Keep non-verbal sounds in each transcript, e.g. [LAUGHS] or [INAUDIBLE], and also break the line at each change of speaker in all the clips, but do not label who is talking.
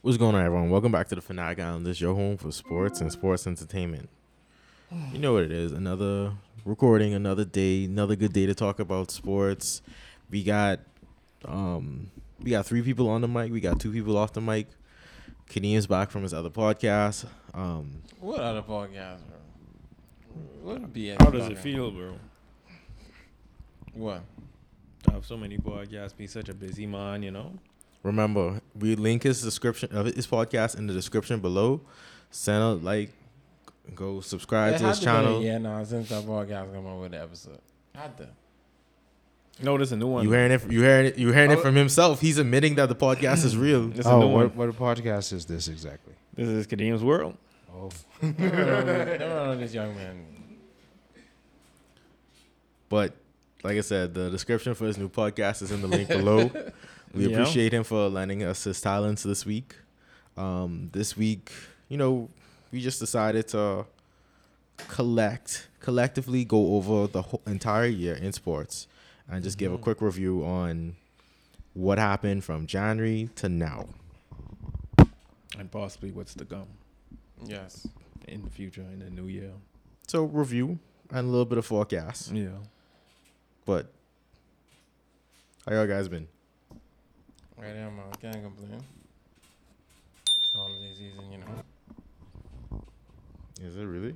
What's going on, everyone? Welcome back to the Fanatic Island. This is your home for sports and sports entertainment. You know what it is. Another recording, another day, another good day to talk about sports. We got um we got three people on the mic. We got two people off the mic. Kadeem's back from his other podcast. Um
What other podcast, bro? What BS?
How does
talking
it feel, bro?
about? What?
I have so many podcasts, be such a busy man, you know?
remember, we link his description of his podcast in the description below. Send a like, go subscribe
It
to
had
his
be
channel.
Yeah, nah. Since that podcast come out with the episode, had
[LAUGHS]
to.
No, there's a new one.
You hearing it? You hearing it? You hearing it from himself? He's admitting that the podcast is real.
There's a
Oh,
new one.
what, what podcast is this exactly?
This is Kadeem's World.
Oh,
Don't know this young man.
But like I said, the description for his new podcast is in the link below. We
Yeah.
appreciate him for lending us his talents this week. Um, this week, you know, we just decided to collect collectively go over the whole entire year in sports and just give a quick review on what happened from January to now.
And possibly what's to come
Yes.
in the future, in the new year.
So review and a little bit of forecast.
Yeah.
But how y'all guys been?
Right now, man. Can't complain. It's the holiday season, you know.
Is it really?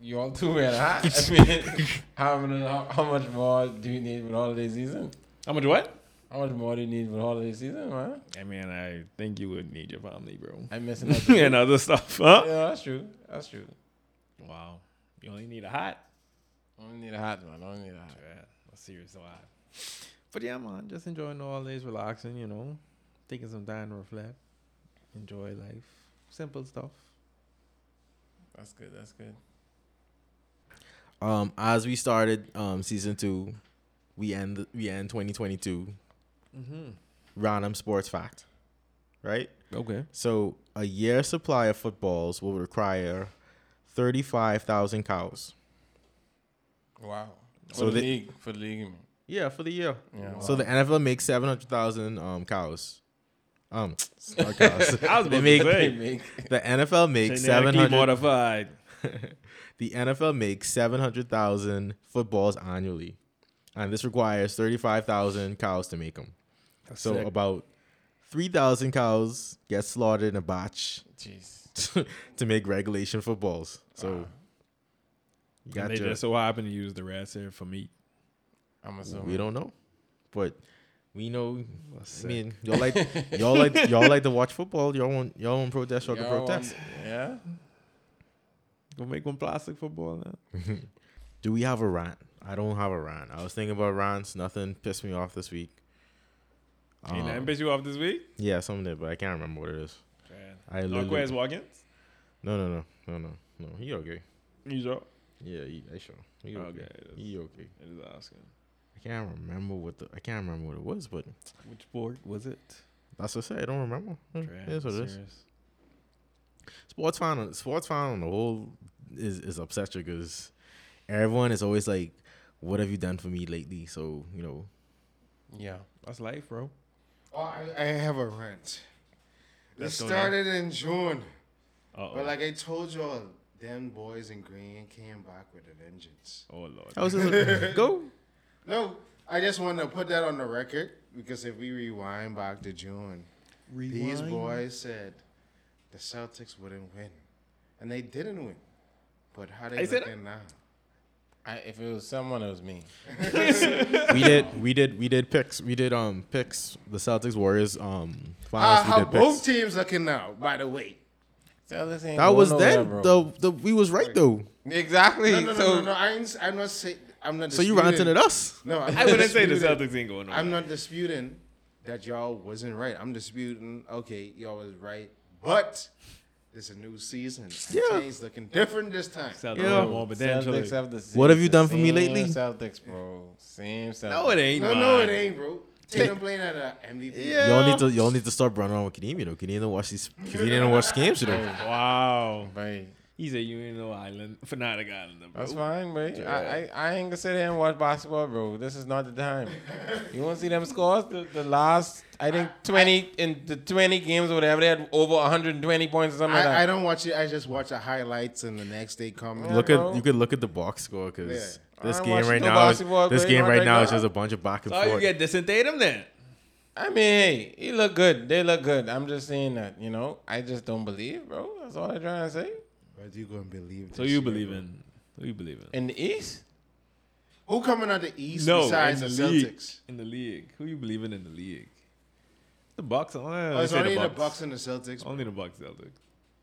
You all too wear hat. I mean, [LAUGHS] how, many- how, how much more do you need with holiday season?
How much what?
How much more do you need with holiday season, man?
I mean, I think you would need your family, bro.
I'm missing
[LAUGHS]
out.
and other stuff, huh?
Yeah, that's true. That's true.
Wow. You only need a hat?
I don't need a hat, man. I don't need a hat.
Yeah, a serious hat. But yeah, man, just enjoying the holidays, relaxing, you know? Taking some time to reflect. Enjoy life. Simple stuff.
That's good. That's good.
um as we started um season two we end we end 2022
Mm-hmm.
random sports fact right
[LAUGHS] Okay.
so a year supply of footballs will require 35000 cows
Wow. For
So
the
they-
league, for the league, you mean?
yeah for the year
Yeah.
so
[LAUGHS]
the nfl makes 700000 um cows [LAUGHS] um not cows
I was
they
about
make
to say.
they make
[LAUGHS] the nfl makes
Genetically
700
modified.
[LAUGHS] the nfl makes 700000 footballs annually and this requires 35000 cows to make them So
Sick.
about three thousand cows get slaughtered in a batch [LAUGHS]
jeez.
to make regulation footballs. So
Wow.
you
And
got
they
your,
just so happen to use the rats here for meat.
I'm assuming
we don't know, but we know. I
Sick.
mean, y'all like y'all
[LAUGHS]
like y'all like to watch football. Y'all want y'all want protest. Y'all can
Y'all
protest.
want- yeah.
Go make one plastic football now.
Do we have a rant? I don't have a rant. I was thinking about rants. Nothing pissed me off this week.
Ain't
Um,
that piss you off this week?
yeah, something did, but I can't remember what it is. I
Not
literally-
Quez Watkins?
no, no, no, no, no, no. He okay?
You sure?
Yeah, he, I sure. He Oh, okay.
Okay.
He okay.
It is asking.
I can't remember what the I can't remember what it was, but
Which sport was it?
that's what I say. I don't remember.
Trash,
That's what it is.
serious.
Sports fan, on- sports fan on the whole is is upset because everyone is always like, "What have you done for me lately?" So you [LAUGHS] know,
Yeah.
That's life, bro.
I, I have a rent. It
Let's go
started in June,
Uh-oh.
but like I told y'all, them boys in green came back with an vengeance.
oh, Lord.
I was just go.
No, I just want to put that on the record because if we rewind back to June, these boys said the Celtics wouldn't win, and they didn't win. But how they
Is it-
looking now?
I, if it was someone, it was me.
We did, we did, we did picks. We did um picks. The Celtics Warriors um
Uh,
finals.
how
we did picks.
both teams looking now? By the way,
So this ain't
that
going
was
nowhere,
then.
bro.
The, the we was right though.
exactly.
no, no, no,
so
no, no. I ain't, I'm not saying. I'm not.
So you
disputing-
ranting at us?
No, I'm
I
not
wouldn't
[LAUGHS]
say the
disputing-
Celtics ain't going on.
I'm not disputing that y'all wasn't right. I'm disputing, okay, y'all was right, but it's a new season. and
Yeah.
Things looking different this time.
Celtics
Yeah.
yeah. more potentially.
Celtics have the same,
What have you
the
done for me
same
lately?
Celtics, bro. Same Celtics.
No, it ain't.
No, no,
man.
it ain't, bro. Tatum playing at an MVP.
Yeah.
Y'all need to y'all
Oh,
need to start running around with Kadeem. You know, Kadeem don't watch these. Kadeem didn't watch games. You know,
Wow.
But
he
He's a you ain't no island [LAUGHS] fanatic islander, bro.
Oh.
That's fine, bro. I, I, I ain't gonna sit here and watch basketball, bro. This is not the time. You want to see them scores? The, the last, I think, 20 in the 20 games or whatever, they had over 120 points or something like that.
I, I don't watch it. I just watch the highlights and the next day comment.
Look
bro.
at you could look at the box score because
Yeah.
this
I
game
watched
right
no
now, is,
basketball,
this
bro.
game
Not
right
right
now
now.
is just a bunch of back and
So Oh, you
forth.
get Jason Tatum then.
I mean, hey, he look good. They look good. I'm just saying that, you know. I just don't believe, bro. That's all I'm trying to say.
But you gonna believe?
So
this
you
shit,
believe
bro.
in? Who you believe in?
In the East,
Who coming out the East
No,
besides
in
the,
the league.
Celtics?
In the league, who you believing in the league? The Bucks. Oh,
Oh, it's
the
only the
Bucks. Oh,
Bucks and the Celtics.
Only the Bucks, Celtics.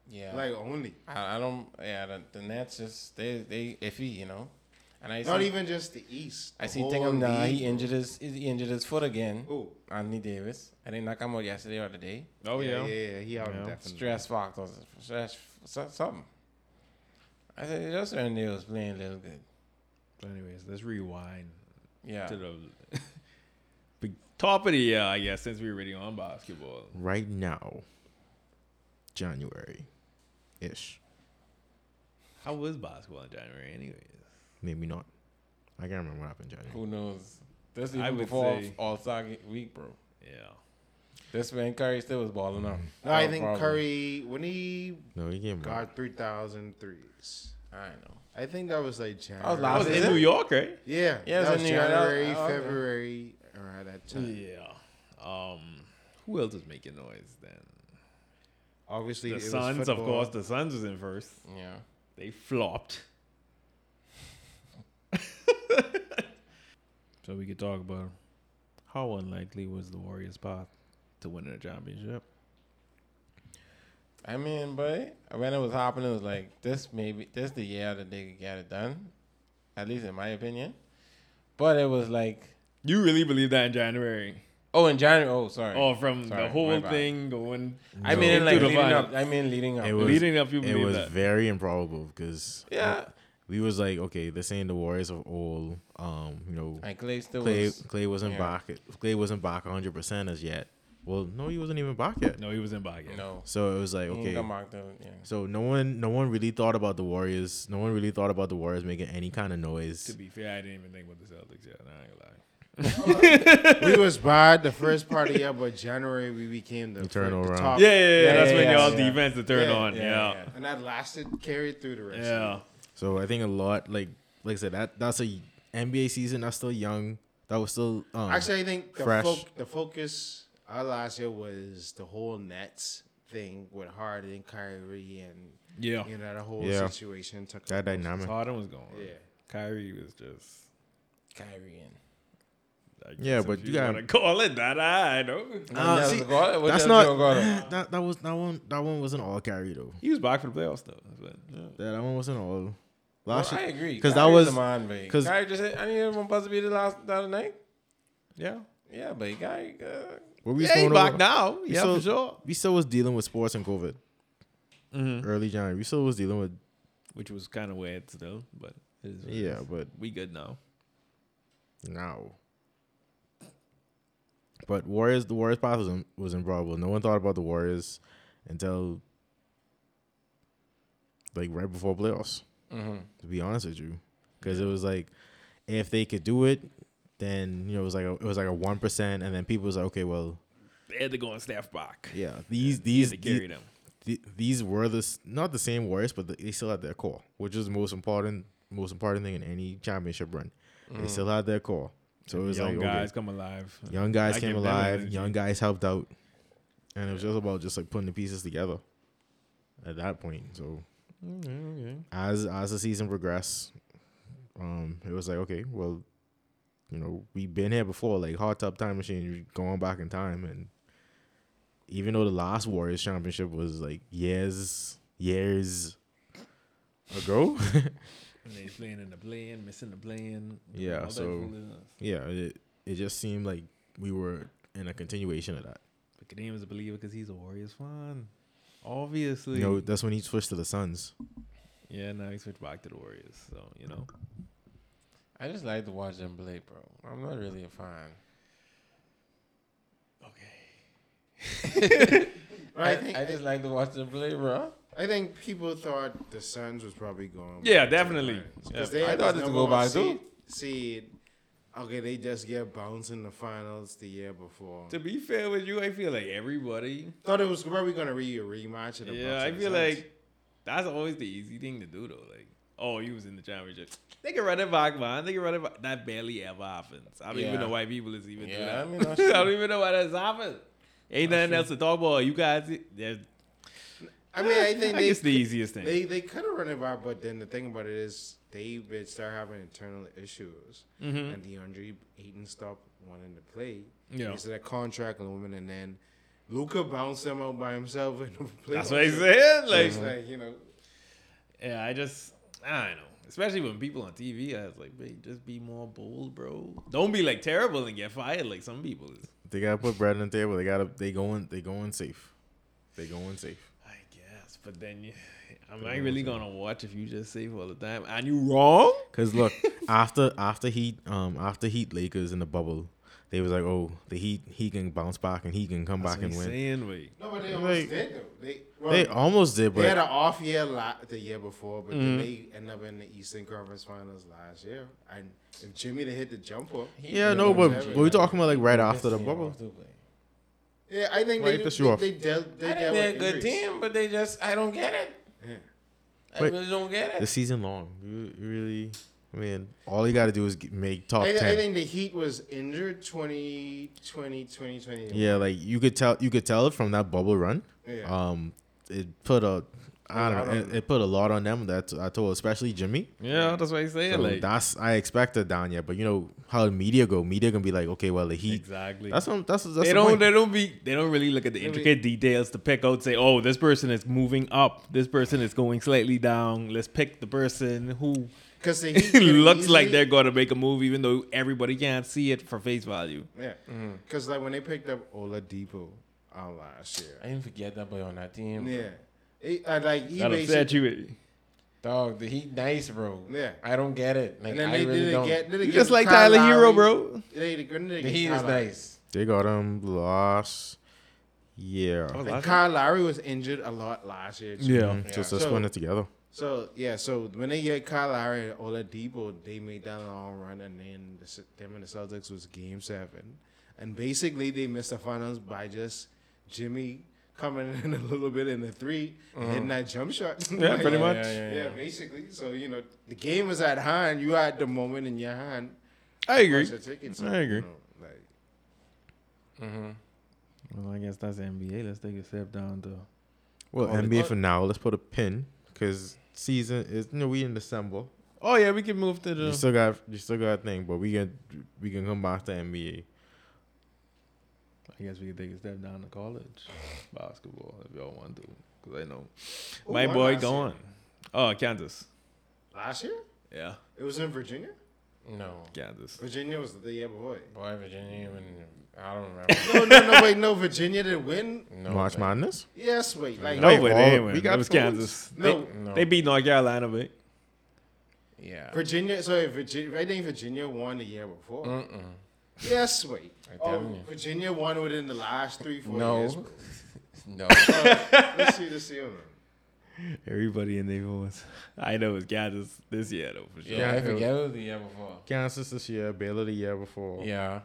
yeah. Like
Like only.
I, I don't. Yeah, the, the Nets just they they iffy, you know. And I
Not
see,
even just the East.
I
the
see
whole
Tingham now.
league.
He injured his he injured his foot again.
Who?
Anthony Davis. I think knock him out yesterday or today.
Oh yeah.
yeah, yeah, yeah, he out
Yeah.
definitely.
Stress factors. Stress so- something. I said just when they was playing a little good.
But anyways, let's [LAUGHS] rewind
Yeah.
to [LAUGHS] the big top of the year, I guess, since we're already on basketball.
right now, January ish.
How was basketball in January, anyways?
Maybe not. I can't remember what happened in January.
Who knows? That's
I
even
would
before
say-
All Star week, bro.
Yeah.
That's when Curry still was balling up.
Mm.
No, I think Curry when he
No, he came back.
got 3,000 threes.
I know.
I think that was like January.
That was
I
last
was in
season?
New York, right?
Yeah,
Yeah, it
that
was
was
in New York.
January,
Oh, okay.
February, around that time.
Yeah. Um, who else was making noise then?
Obviously,
The
it
Suns,
was
of
football.
course. The Suns was in first.
Yeah.
They flopped. so we could talk about how unlikely was the Warriors' path to winning a championship.
I mean, but when it was happening, it was like this. Maybe this the year that they could get it done. At least in my opinion. But it was like,
You really believe that in January?
oh, in January. Oh, sorry.
Oh, from
Sorry,
the
my
whole
bad.
thing going.
I mean,
into
like
the
leading up.
finals.
I mean, leading up.
It was-
leading up, you
It
believe
was
that?
very improbable because
yeah.
we was like, okay, this ain't the Warriors of old. Um, you know,
And Clay still
Clay
was.
Clay wasn't
yeah.
back. Clay wasn't back 100 percent as yet. Well, no, he wasn't even back yet.
no, he was in Baggett.
No.
So it was like,
He ain't
okay,
come back till- yeah.
So no one, no one really thought about the Warriors. No one really thought about the Warriors making any kind of
To
noise.
be fair, I didn't even think about the Celtics yet. I ain't gonna lie.
we was bad the first part of the year, but January we became the,
You turn
the
around.
top.
Yeah, yeah, yeah.
Yeah,
that's
yeah,
when
yeah,
y'all's
yeah.
defense to turn
Yeah,
on. Yeah. Yeah.
And that lasted, carried through the rest. Of
So I think a lot, like like I said, that that's a NBA season. That's still young. That was still um,
the year. Actually, I think the,
Fresh.
foc the focus our last year was the whole Nets thing with Harden, Kyrie, and
Yeah.
you know the whole
Yeah.
situation took
that
up most-
dynamic.
Harden was going.
Yeah,
Kyrie was just.
Kyrie and.
I
Yeah,
guess
but
if
you gotta-
wanna call it that. I know.
Uh,
What else
see,
you call it? What
that's
else
not
you gonna call
[LAUGHS]
it?
that that was that one that one wasn't all carry though.
He was back for the playoffs though. But, yeah.
That, that one wasn't all.
Well,
Last
I
year,
agree.
'cause that
Kyrie's
was-
the man, babe.
'cause-
Kyrie just said, I need everyone supposed to be the last the other night.
yeah.
Yeah, but Kyrie, uh,
what we
We
was
yeah, he
going
back
over-
now. Yeah,
still-
for sure.
We still was dealing with sports and COVID
Mm-hmm.
early January. We still was dealing with
Which was kind of weird still, but it is what it
yeah,
is.
but
we good now.
now. But Warriors, the Warriors path was, im- was improbable. No one thought about the Warriors until like right before playoffs.
mm-hmm.
To be honest with you, because it was like if they could do it, then you know it was like a, it was like a one percent, and then people was like, okay, well,
They had to go and staff back.
yeah, these
He
these
had to carry them.
the- these were the s- not the same Warriors, but they still had their core, which is the most important most important thing in any championship run. They still had their core, so it was
Mm-hmm. Young
like okay,
guys come alive.
Young guys
I
came
give them
alive.
energy.
Young guys helped out, and it was just about just like putting the pieces together at that point. So as as the season progressed, um, it was like okay, well, you know, we've been here before, like hot tub time machine, you're going back in time, and even though the last Warriors championship was like years years ago, [LAUGHS]
And they playing in the plane, missing the plane.
Yeah,
all that
so-
foolishness.
yeah, it it just seemed like we were in a continuation of that.
But Kadeem is a believer because he's a Warriors fan. Obviously.
You know, that's when he switched to the Suns.
yeah, now he switched back to the Warriors. So, you know.
I just like to watch them play, bro. I'm not really a fan.
Okay.
But I,
I,
think
I just like to watch them play, bro.
I, I think people thought the Suns was probably going.
Yeah, definitely. Yeah.
Because they
I
had
thought
this
this would
number
go by
one seed,
too.
seed. Okay, they just get bounced in the finals the year before.
To be fair with you, I feel like everybody.
Thought it was probably going to be a rematch of the
Yeah,
Bucks
I
and the
feel
Suns.
like that's always the easy thing to do though. Like, oh, you was in the championship. They can run it back, man. They can run it back. That barely ever happens. I don't even
Yeah.
know why people is even
Yeah, I
do
mean,
that. [LAUGHS] I,
that's true.
don't even know why that's happened. Ain't nothing else to talk about. You guys, there's- [LAUGHS]
I mean, I think
eh, I
they
guess the easiest thing.
They they could have run it by, but then the thing about it is they would start having internal issues,
Mm-hmm.
and DeAndre Ayton stopped wanting to play.
Yeah.
because of that contract limit, and then Luca bounced him out by himself in the playoffs.
that's what I said.
So
Like,
it's like you know,
yeah, I just, I don't know. Especially when people on TV, I was like, "Wait, just be more bold, bro. Don't be like terrible and get fired like some people is."
They gotta put bread on the table. They gotta they going they going safe. They going safe.
I guess, but then you, [LAUGHS] am I really gonna watch if you just save all the time and you wrong?
Cause [LAUGHS] look, after after Heat um after Heat Lakers in the bubble, they was like, oh, the Heat he can bounce back and he can come
That's
back
what
and
he's
win.
saying, wait.
no, but they almost
Like,
did though. They well,
They
they,
almost did, but
had an off year la the year before, but
Mm-hmm.
then they end up in the Eastern Conference Finals last year, and if Jimmy had hit the jumper,
yeah, no, but we're talking about like right after the bubble.
yeah, I think
Right,
they,
that's
they,
you off.
they dealt they
I
dealt
think they're a
with
good
injuries.
team, but they just I don't get it.
Yeah.
I
Wait.
really don't get
The
it.
season long, you you really, I mean, all you gotta do is get- make top
I,
ten.
I think the Heat was injured 2020, 2020.
yeah, like you could tell you could tell it from that bubble run.
Yeah.
Um, it put a I
lot
don't know,
on
it, it put a lot on them. That I told, especially Jimmy.
Yeah, that's what he's saying.
So
like
that's I expected down yet, but you know how the media go. Media gonna be like, okay, well the Heat.
exactly.
That's what, that's that's
they
the
don't.
point.
They don't be. They don't really look at the intricate details to pick out. Say, oh, this person is moving up. This person is going slightly down. Let's pick the person who [LAUGHS]
Because the Heat could've
looks like
easily-
they're gonna make a move, even though everybody can't see it for face value.
Yeah.
Mm-hmm.
Because like when they picked up Oladipo on last year.
I didn't forget that boy on that team.
Yeah. It, I, like he
That upset
basically.
you.
Dog, the Heat nice, bro.
Yeah.
I don't get it. Like,
And then
I
they
really
didn't
don't.
get. Didn't
You
get
just like
Kyle
Tyler Hero,
Lowry.
bro.
They didn't get
The Heat is nice.
They got him lost. Yeah.
And Kyle Lowry was injured a lot last year. Too.
Oh, Yeah.
So just
So-
putting it together.
So yeah, so when they get Kyle Lowry and Oladipo, they made that long run, and then the, Ce- them and the Celtics was Game Seven, and basically they missed the finals by just Jimmy coming [LAUGHS] in a little bit in the 3 and hitting that jump shot.
[LAUGHS]
Yeah,
Uh-huh. pretty much.
Yeah,
Yeah, yeah, yeah.
basically. So you know the game was at hand. You had the moment in your hand.
I agree.
Punch the tickets,
I agree.
you know, like,
Mm-hmm.
Well, I guess that's NBA. Let's take a step down to
Well,
Oh, they
NBA
got-
for now. Let's put a pin because season is you know we in December.
Oh yeah, we can move to
You
the.
still got you still got a thing, but we can we can come back to NBA.
I guess we can take a step down to college basketball if y'all want to, because I know my
why
boy
last year?
gone. Oh, Kansas.
last year,
Yeah,
it was in Virginia.
No.
Kansas.
Virginia was the year before.
Boy, Virginia even I don't remember.
No, no, no, wait, no. Virginia did win.
Oh,
No,
March
man.
Madness.
Yes, wait, like
No,
Wait,
but they
all-
didn't win.
we got
it was
fools.
Kansas.
no.
No.
They beat North Carolina, but
Yeah.
Virginia, sorry, Virginia. I think Virginia won the year before. Yes, wait. Oh,
telling Mm. you.
Virginia won within the last three, four
No.
years. bro.
No.
Let's see, let's see. hold on.
everybody in their voice. [LAUGHS] I know it was Kansas this year though for sure.
Yeah, I forget it was the year before.
Kansas this year, Baylor the year before.
Yeah.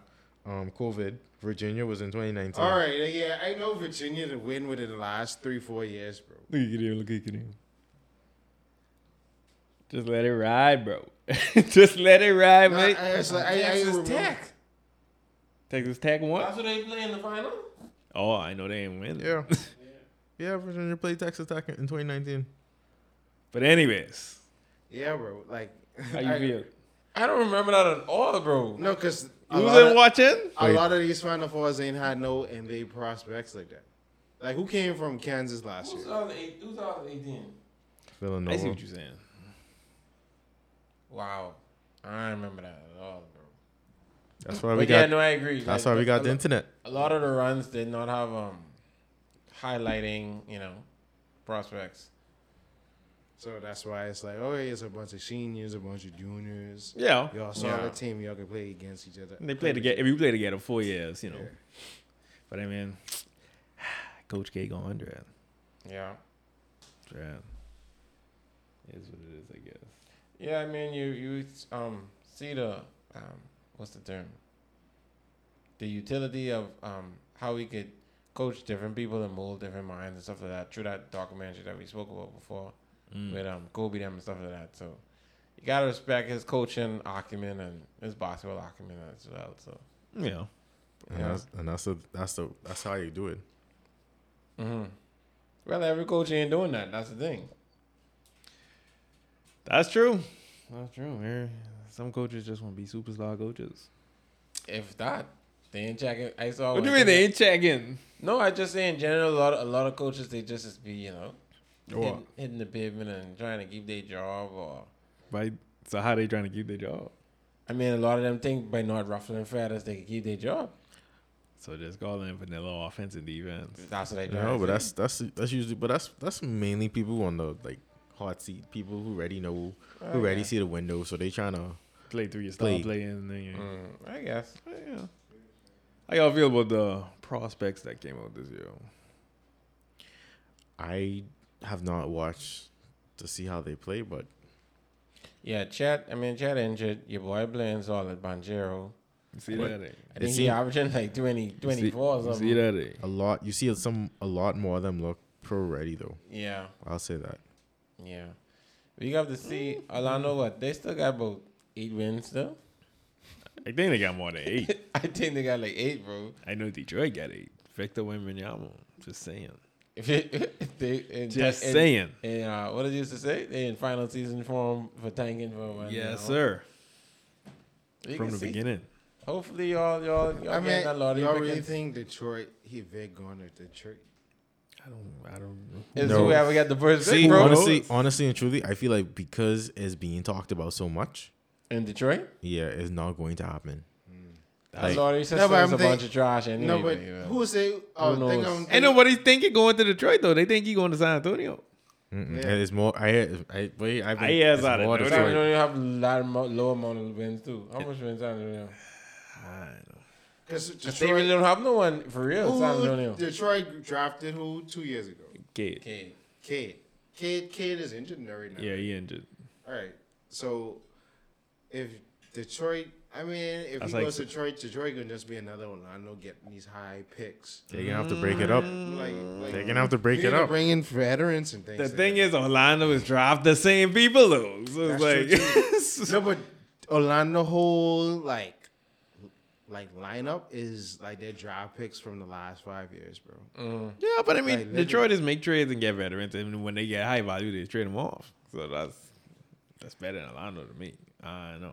Um, COVID. Virginia was in 2019.
All right, yeah, I know Virginia to win within the last three, four years, bro.
Look at him. Look at him. Just let it ride, bro. [LAUGHS] Just let it ride,
No, I,
mate.
it's like, I, I
Texas
remember-
Tech.
Texas Tech won.
That's what they play in the final.
Oh, I know they ain't win.
Yeah. [LAUGHS] yeah. Virginia played Texas Tech in 2019.
But anyways,
Yeah, bro. Like,
how you
[LAUGHS] I-
feel?
I don't remember that at all, bro.
No, because a,
You
lot
wasn't
of-
watching?
a
Wait.
lot of these Final Fours ain't had no NBA prospects like that. Like, who came from Kansas last year?
2008 2018.
Villanova.
I see what you're saying.
Wow. I don't remember that at all, bro.
That's why
But
we
yeah,
got.
no, I agree.
That's
Like,
why we got
a
the
lo-
internet.
A lot of the runs did not have um highlighting, you know, prospects.
So that's why it's like, oh, yeah, it's a bunch of seniors, a bunch of juniors.
Yeah.
Y'all saw
Yeah.
the team. Y'all can play against each other.
And They play together. If you play together four years, you know.
Yeah.
[SIGHS] But I mean, Coach K going under it.
Yeah.
Drought. Is what it is, I guess.
Yeah, I mean, you you um see the um what's the term? The utility of um how we could coach different people and mold different minds and stuff like that through that documentary that we spoke about before
Mm.
with um Kobe them and stuff like that. So you gotta respect his coaching acumen and his basketball acumen as well. So
Yeah.
And,
Yeah.
that's, and that's the that's the that's how you do it.
Mm-hmm.
mhm. well, every coach ain't doing that. That's the thing.
That's true. That's true. Here, some coaches just want to be superstar coaches.
If that, they ain't checking. I saw.
What do you
one thing-
mean they ain't checking?
No, I just say in general, a lot of, a lot of coaches they just is be you know
Or-
hitting, hitting the pavement and trying to keep their job. Or
Right. So how they trying to keep their job?
I mean, a lot of them think by not ruffling feathers they can keep their job.
So just calling it vanilla offense and defense.
That's what they do.
No, but that's that's that's usually but that's that's mainly people on the like hot seat, people who already know who
Oh,
already see the window, so they trying to
Play through your style
Play.
play and then you.
Mm, I guess.
Yeah. How y'all feel about the prospects that came out this year?
I have not watched to see how they play, but
Yeah, Chad. I mean, Chad injured. Your boy playing solid, Banjero.
You see
What?
that? Eh?
I think he
seem-
averaging like 20,
You see-
24 or
you see
something.
that? Eh?
a lot you see some a lot more of them look pro ready though.
Yeah,
I'll say that.
yeah. We have to see Orlando. What they still got about eight wins though. [LAUGHS]
I think they got more than eight.
I think they got like eight, bro. [LAUGHS]
I know Detroit got eight. Victor Wembanyama. Just saying.
If it, if they and-
Just
and-
saying.
And uh, what did you used to say? They in final season form for tanking for one.
Yes, sir. From the beginning.
Hopefully, y'all, y'all, y'all
I mean,
getting a lot of
you really
pickings.
think Detroit? He big going to Detroit.
I don't. I don't. know.
It's
No.
whoever got the first
See,
pick, bro.
honestly, honestly and truly, I feel like because it's being talked about so much,
in Detroit,
yeah, it's not going to happen.
that's
Like-
already said
No, but
it's a
I'm think-
bunch of trash anyway.
no, but
man.
who say? Oh,
Who
think
knows?
I'm
Ain't nobody thinking going to Detroit though. They think he going to San Antonio.
Mm-mm.
Yeah.
It's more. I. I. Wait. I've
I hear
it's
that,
more
I know
San
Detroit.
Antonio have a lot of mo- low amount of wins too. How much wins San Antonio?
I know.
because
They really
Detroit.
don't have no one for real. San
Who,
Antonio.
Detroit drafted who two years ago?
Kate.
Okay.
Cade. Cade. Cade is injured right now.
Yeah, he injured.
All right. So if Detroit, I mean, if
That's
he
like-
goes to Detroit, Detroit gonna just be another Orlando getting these high picks.
They're gonna have to break it up.
Like, like
They're gonna have to
you
break
need
it
to
up.
Bring in veterans and things.
The
like
thing
that.
is, Orlando is draft the same people though. So [LAUGHS]
That's
it's like
no, but Orlando whole like like lineup is like their draft picks from the last five years, bro.
Yeah, but I mean,
Like, literally-
Detroiters make trades and get veterans, and when they get high value, they trade them off. So that's that's better than Orlando to me. I know.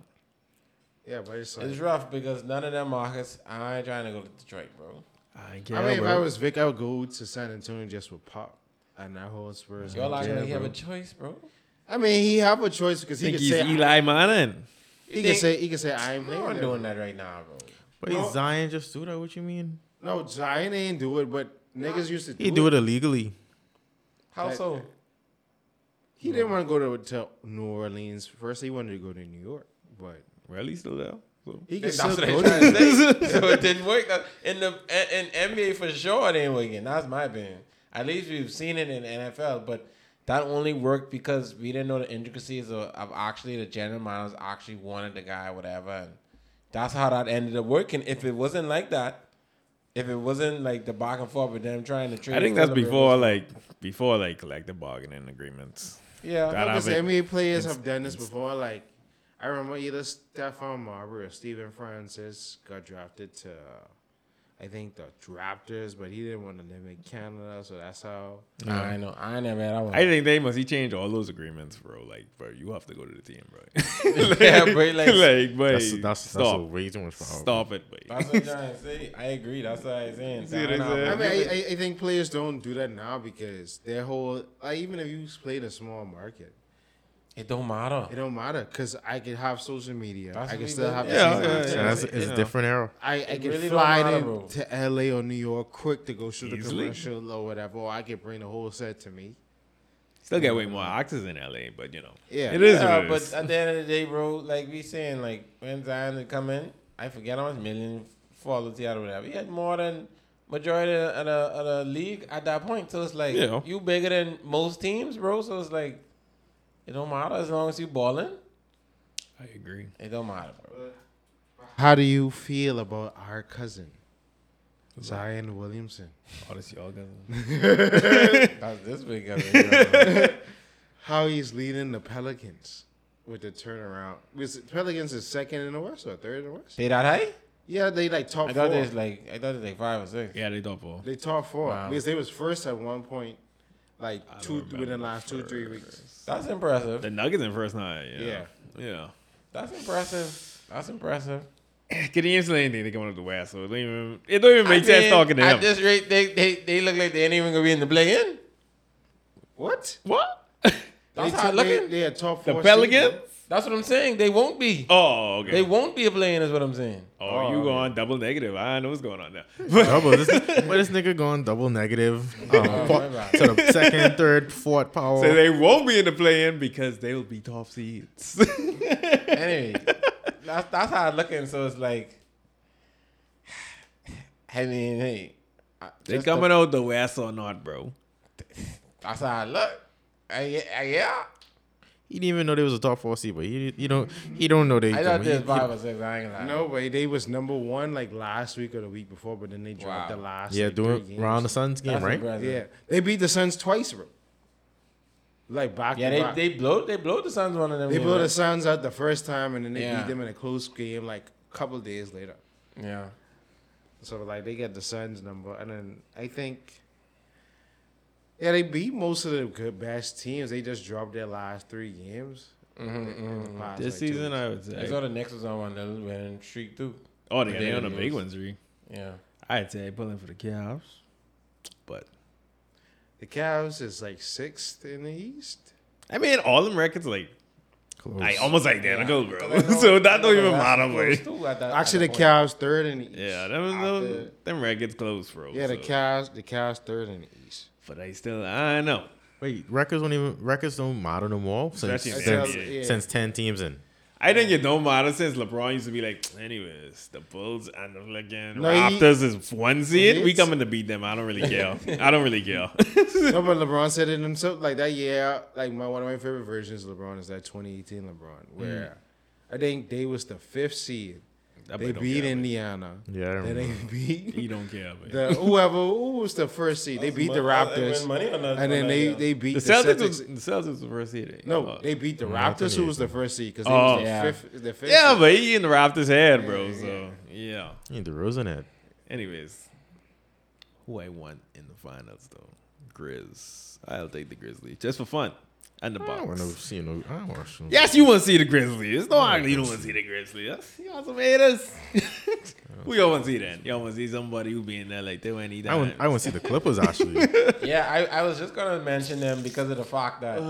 Yeah, but it's like
It's rough because none of them markets. I ain't trying to go to Detroit, bro.
I
I
care,
mean, if
bro.
I was Vic, I would go to San Antonio just for pop. And that whole Spurs.
Y'all are
Yeah,
gonna have
bro.
a choice, bro.
I mean, he have a choice because he
think
could
he's
say
Eli Manning.
he
think-
could say he could say I ain't
No
playing.
one
there.
doing that right now, bro.
Wait, Zion just do that? What you mean?
No, Zion ain't do it, but niggas used to. Do
He do it illegally.
How
That-
so?
He didn't want to go to, to New Orleans. First, he wanted to go to New York, but
Well, he's still there. So.
he could
That's
still
what they
go
trying
to.
to say. So it didn't work. That- In the in in NBA for sure it ain't working. That's my opinion. At least we've seen it in NFL, but that only worked because we didn't know the intricacies of, of actually the general managers actually wanted the guy, whatever. And that's how that ended up working. If it wasn't like that, if it wasn't like the back and forth with them trying to trade,
I think that's
Phillip
before
Rivers-
like before like collective bargaining agreements.
yeah.
that
Because
have it.
NBA players have done this before. Like, I remember either Stephon Marbury or Stephen Francis got drafted to, uh, I think the Raptors, but he didn't want to live in Canada, so that's how.
I know. I never had that one.
I think they must he changed all those agreements, bro. Like, bro, you have to go to the team, [LAUGHS] bro.
Yeah, bro, like-
[LAUGHS] like, bro,
That's that's that's a
stop,
way too much power.
stop it, bro.
That's what I'm trying to say. I agree. That's what I'm
[LAUGHS]
saying.
See what I'm saying?
I mean, I, I, I think players don't do that now because their whole, like, even if you play in a small market,
it don't matter.
it don't matter because I could have social media.
That's
I
what
can
we
still
do.
have the
Yeah,
same
yeah,
access.
So that's, it's
Yeah.
a different era.
I, I
It
can
really don't
fly
matter,
in
bro.
to LA or New York quick to go shoot
Easily.
a commercial or whatever, or I could bring the whole set to me.
Still get way more oxys in LA, but you know,
Yeah.
it is.
Yeah,
what it
but
is.
at the end of the day, bro, like we saying, like when Zion would come in, I forget how much million followers he had or whatever. He had more than majority of the, of the league at that point. So it's like
Yeah.
you bigger than most teams, bro. So it's like it don't matter as long as you balling.
I agree.
It don't matter, bro.
How do you feel about our cousin, Zion Williamson? [LAUGHS]
Odyssey orgasm.
That's this big. of it, bro.
How he's leading the Pelicans with the turnaround? Because Pelicans is second in the West or third in the West?
they that high?
Yeah, they like top
I
four.
thought they was like I thought it was like five or six.
[LAUGHS] Yeah, they don't fall.
They top four
Wow.
because they was first at one point, like
I don't
two
remember
within the last two three
first.
weeks.
That's impressive.
The Nuggets in first night. Yeah. Yeah.
That's impressive. That's impressive.
Canadians ain't anything they coming up the West, so it don't even it don't even make sense
mean,
talking to
At
them.
this rate, they, they they look like they ain't even gonna be in the play in.
What?
[LAUGHS] What?
That's
they
how
took-
looking.
They, they a top
The
four.
Pelicans?
seed,
That's what I'm saying. They won't be.
Oh,
They
okay.
won't be a play in. Is what I'm saying.
oh, you going double negative? I know what's going on now.
Double this, where this nigga going double negative
[LAUGHS] Oh,
um,
my bad.
to the second, third, fourth power.
so [LAUGHS] they won't be in the play-in because they will be top seeds. [LAUGHS]
anyway, that's that's how I'm looking. So it's like, [SIGHS] I mean, hey, I-
they
just
coming out the West or not, bro?
the- that's how I look. I, I, yeah,
he didn't even know they was a top four seed, but he you don't he don't know they.
I thought
he,
this
he-
five or six. I ain't gonna lie.
No way. They was number one like last week or the week before, but then they dropped
Wow.
the last.
yeah,
like, three
doing
games.
around the Suns game,
That's
right?
impressive.
Yeah, they beat the Suns twice, bro. Like back to
yeah.
back.
They they blow they blow the Suns one of them.
They
games,
blew the
right?
Suns out the first time, and then they
Yeah.
beat them in a close game like a couple days later.
Yeah,
So like they get the Suns number, and then I think, yeah, they beat most of the good best teams. They just dropped their last three games.
This season, I would
I Mm-hmm, saw
say.
the Knicks was on one that was winning streak too.
Oh, they,
they
they on a
lose.
big one, three.
Yeah,
I'd say pulling for the Cavs, but
the Cavs is like sixth in the East.
I mean, all them records like
Close.
I almost identical,
But
bro. [LAUGHS]
I know-
so that don't
I know
even
that's
matter,
close
boy.
too at that- at
Actually,
that
the
Uh, point.
Cavs third in the
[LAUGHS]
East.
Yeah, them them,
After-
them records close, bro.
yeah, the
so.
Cavs, the Cavs third in the East.
But I still, I know.
Wait, records don't even records don't matter no more since
Especially in
since,
the
since,
NBA.
ten teams in.
I think it don't matter since LeBron used to be like, anyways, the Bulls and the again,
No, he-
Raptors is one seed. We
It's-
coming to beat them. I don't really
[LAUGHS]
care. I don't really care.
no, but LeBron said it himself. Like that year, like my one of my favorite versions of LeBron is that 2018
Mm.
LeBron, where I think they was the fifth seed.
[LAUGHS] That boy
They
don't
beat
care,
Indiana.
Yeah, I
Then
remember.
[LAUGHS]
they
man. He
beat
don't care. man.
the whoever who was the first seed. They beat the Raptors, and then they they beat
The
the uh,
Celtics, was,
Celtics.
the Celtics was the first seed. eh?
No,
Oh.
they beat the Raptors, who was the first seed, because they
Oh.
was the
Yeah.
fifth. The fifth
yeah,
seed.
but he in the Raptors head, bro. So yeah.
Yeah, DeRozan had
Anyways, who I want in the finals though? Grizz. I'll take the Grizzlies just for fun and the
I don't want to
Bucks.
see no. I don't want to.
Yes, you want to see the Grizzlies. It's no argument you don't want to see the Grizzlies. That's- You all some haters. [LAUGHS] we all want to see that. Y'all want to see somebody who be in there like they went either.
I want. I want to see the Clippers actually.
Yeah, I, I was just gonna mention them because of the
[SIGHS]
fact that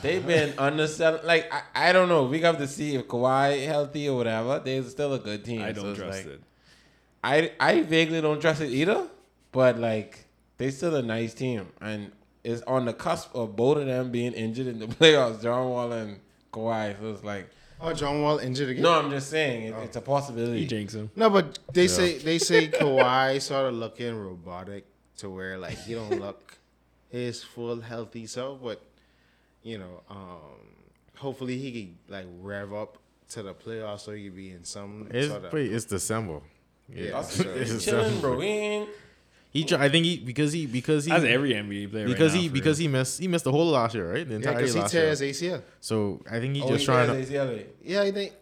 they've been underselling. Like I, I don't know, we have to see if Kawhi healthy or whatever. They're still a good team.
I
So
don't
it's
trust
like-
it.
I I vaguely don't trust it either, but like they still a nice team and it's on the cusp of both of them being injured in the [LAUGHS] playoffs. John Wall and Kawhi. So it's like
Oh, John Wall injured again.
no, I'm just saying it,
Oh.
it's a [LAUGHS]
You
possibility.
jinx him.
No, but they say they say Kawhi sort of looking robotic to where like he don't look his full healthy self, but you know, um hopefully he can like rev up to the playoffs so he can be in some
It's,
sort of
wait, it's December.
yeah.
Also,
so-
It's
Chilling,
December.
bro. We ain't-
He, tr- I think he because he because he
That's every NBA player.
because
right now,
he
for
because
real.
he missed he missed the whole of last year, right? The
Yeah,
entire
because he
last year.
tears ACL.
So I think he
oh,
just
he
trying to
has ACL.
Yeah, I think.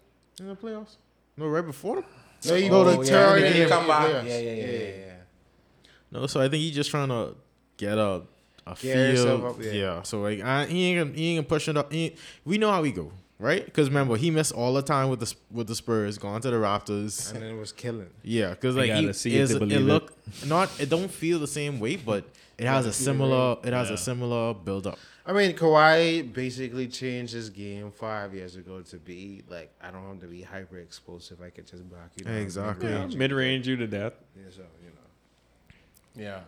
in the playoffs. No, right before them.
No, he
Oh,
oh,
yeah,
tear
and then
it
he
in
come
the
back.
playoffs.
Yeah, yeah, yeah, yeah, yeah.
No, so I think he just trying to get a a
yourself
feel.
up,
yeah.
yeah.
So like I, he ain't gonna, he ain't gonna push it up. He ain't- we know how he go, right? Because remember he missed all the time with the Sp- with the Spurs, gone to the Raptors.
And then it was killing.
Yeah, because
You
like
gotta
he,
see it
is-
to
it,
believe it.
look not it don't feel the same way, but it has a similar it has
Yeah.
a similar build up.
I mean, Kawhi basically changed his game five years ago to be like, I don't have to be hyper explosive. I could just block you. down.
Exactly.
Yeah,
Yeah, mid range you to death.
so, you know.
Yeah.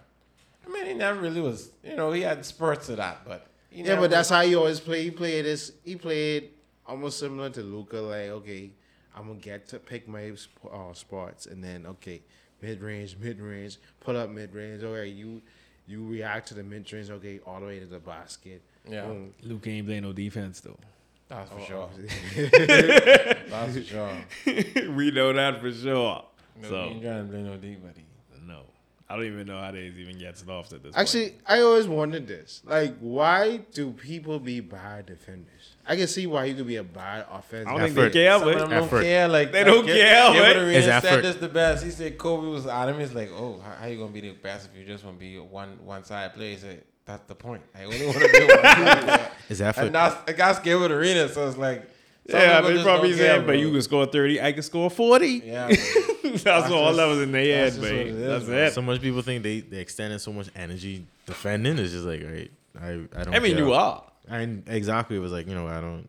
I mean, he never really was. You know, he had spurts of that, but he
Yeah,
never-
but that's how he always played. He played this. He played almost similar to Luca. Like, okay, I'm gonna get to pick my sp- uh, spots, and then okay, mid range, mid range, pull up mid range. Okay, you you react to the mid range. Okay, all the way to the basket.
Yeah. Oh.
Boom.
Luke ain't playing no defense though. [LAUGHS]
That's for [LAUGHS] sure. That's for sure.
we know that for sure.
No, you
So
ain't trying to play no deep, buddy.
no, I don't even know how they even get soft at this.
Actually, I always wondered this. Like, why do people be bad defenders? I can see why you could be a bad offense.
point. I don't think
effort.
they care.
Some of them
But
Effort.
don't care. Like
They don't care,
Give,
right?
It's
said
effort.
this the best. He said Kobe was out of him. He's like, oh, how, how you gonna be the best if you just wanna be one one side player? He said, that's the point. I only wanna be
[LAUGHS]
one side player.
Is that for
And that's I got scared with arena, so it's like, some
yeah,
people
they
just
probably
don't care,
saying, but
bro.
you can score thirty, I can score forty.
yeah,
[LAUGHS] that's, all that was in their
that's just
head,
what
babe.
it is,
That's
bro.
it.
so much people think they they extended so much energy defending? It's just like, right, I I don't.
I mean,
care.
you are.
And exactly, it was like you know I don't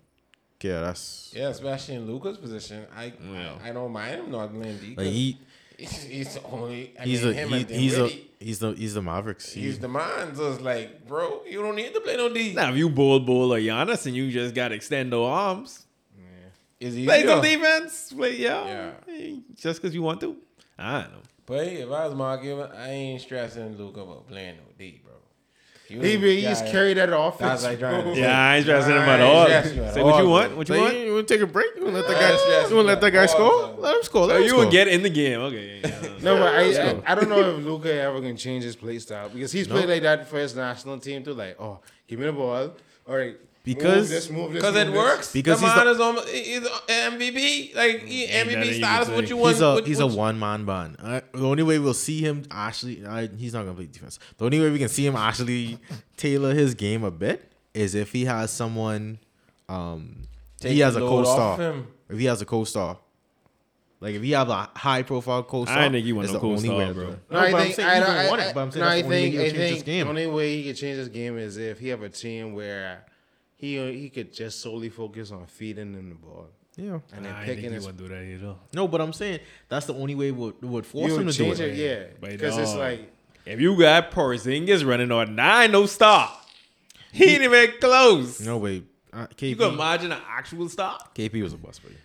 care. That's
yeah, especially in Luca's position, I
Yeah.
I, I don't mind him not playing D. 'cause
like he
he's, he's only I
he's
mean,
a
him
he,
and
he's a
Dinwiddie,
he's the he's the Mavericks. He,
he's the man. So it's like, bro, you don't need to play no D.
Now, if you bowl bowl or Giannis and you just got to extend those arms,
It's
play
easier.
some defense, play yeah, just because you want to.
[LAUGHS]
I don't know.
But hey, if I was Mark Cuban, I ain't stressing Luca about playing no D, bro. You
He
ain't
be,
got
he's
it.
carried that
That's
offense.
like
[LAUGHS]
trying to
bro.
say.
Yeah, I ain't stressing him at
I ain't
all.
stressing him at
Say what you
all,
want.
bro.
What you
Like,
want.
you want to take a break? You want to let that
Yeah,
guy?
it's just-
you want to let that guy
it's
score?
awesome.
Let him score. Let
So
him
Oh, you would
score.
get in the game. Okay. [LAUGHS] yeah.
No, but I, I, I don't know if Luca ever can change his play style because he's played like that for his national team too. Like, oh, give me the ball. All right.
Because-
move this, move this,
Because it
move this.
works.
Because
Because the
he's
man
the-
is almost he's an MVP. Like he,
nothing
MVP
you
status.
can
What
say.
you want?
He's a
what,
he's a
what,
one man band. Uh, the only way we'll see him actually, I, he's not gonna play defense. The only way we can see him actually tailor his game a bit is if he has someone. Um,
Take
he has a
the load
co-star.
off him.
If he has a co-star, like if he have a high profile co-star,
I ain't think he want
it's
no
the only
co-star,
way to do
bro.
it.
No,
No,
I
but I'm
think
saying
I
he
don't.
don't
I,
want it. But I'm saying
no,
that's
I
the only
think
way
I
he change his
think the
game.
only way he could change his game is if he have a team where he he could just solely focus on feeding him the ball
Yeah.
and then picking his.
do that either.
No, but I'm saying that's the only way would would force
You
him
would
to do
change
it. uh,
it, yeah,
But
because it's
no.
like
If you got Porzingis running on nine, no star. He ain't even close.
No way. Uh,
You can
KP,
imagine an actual star.
KP was a bust for you.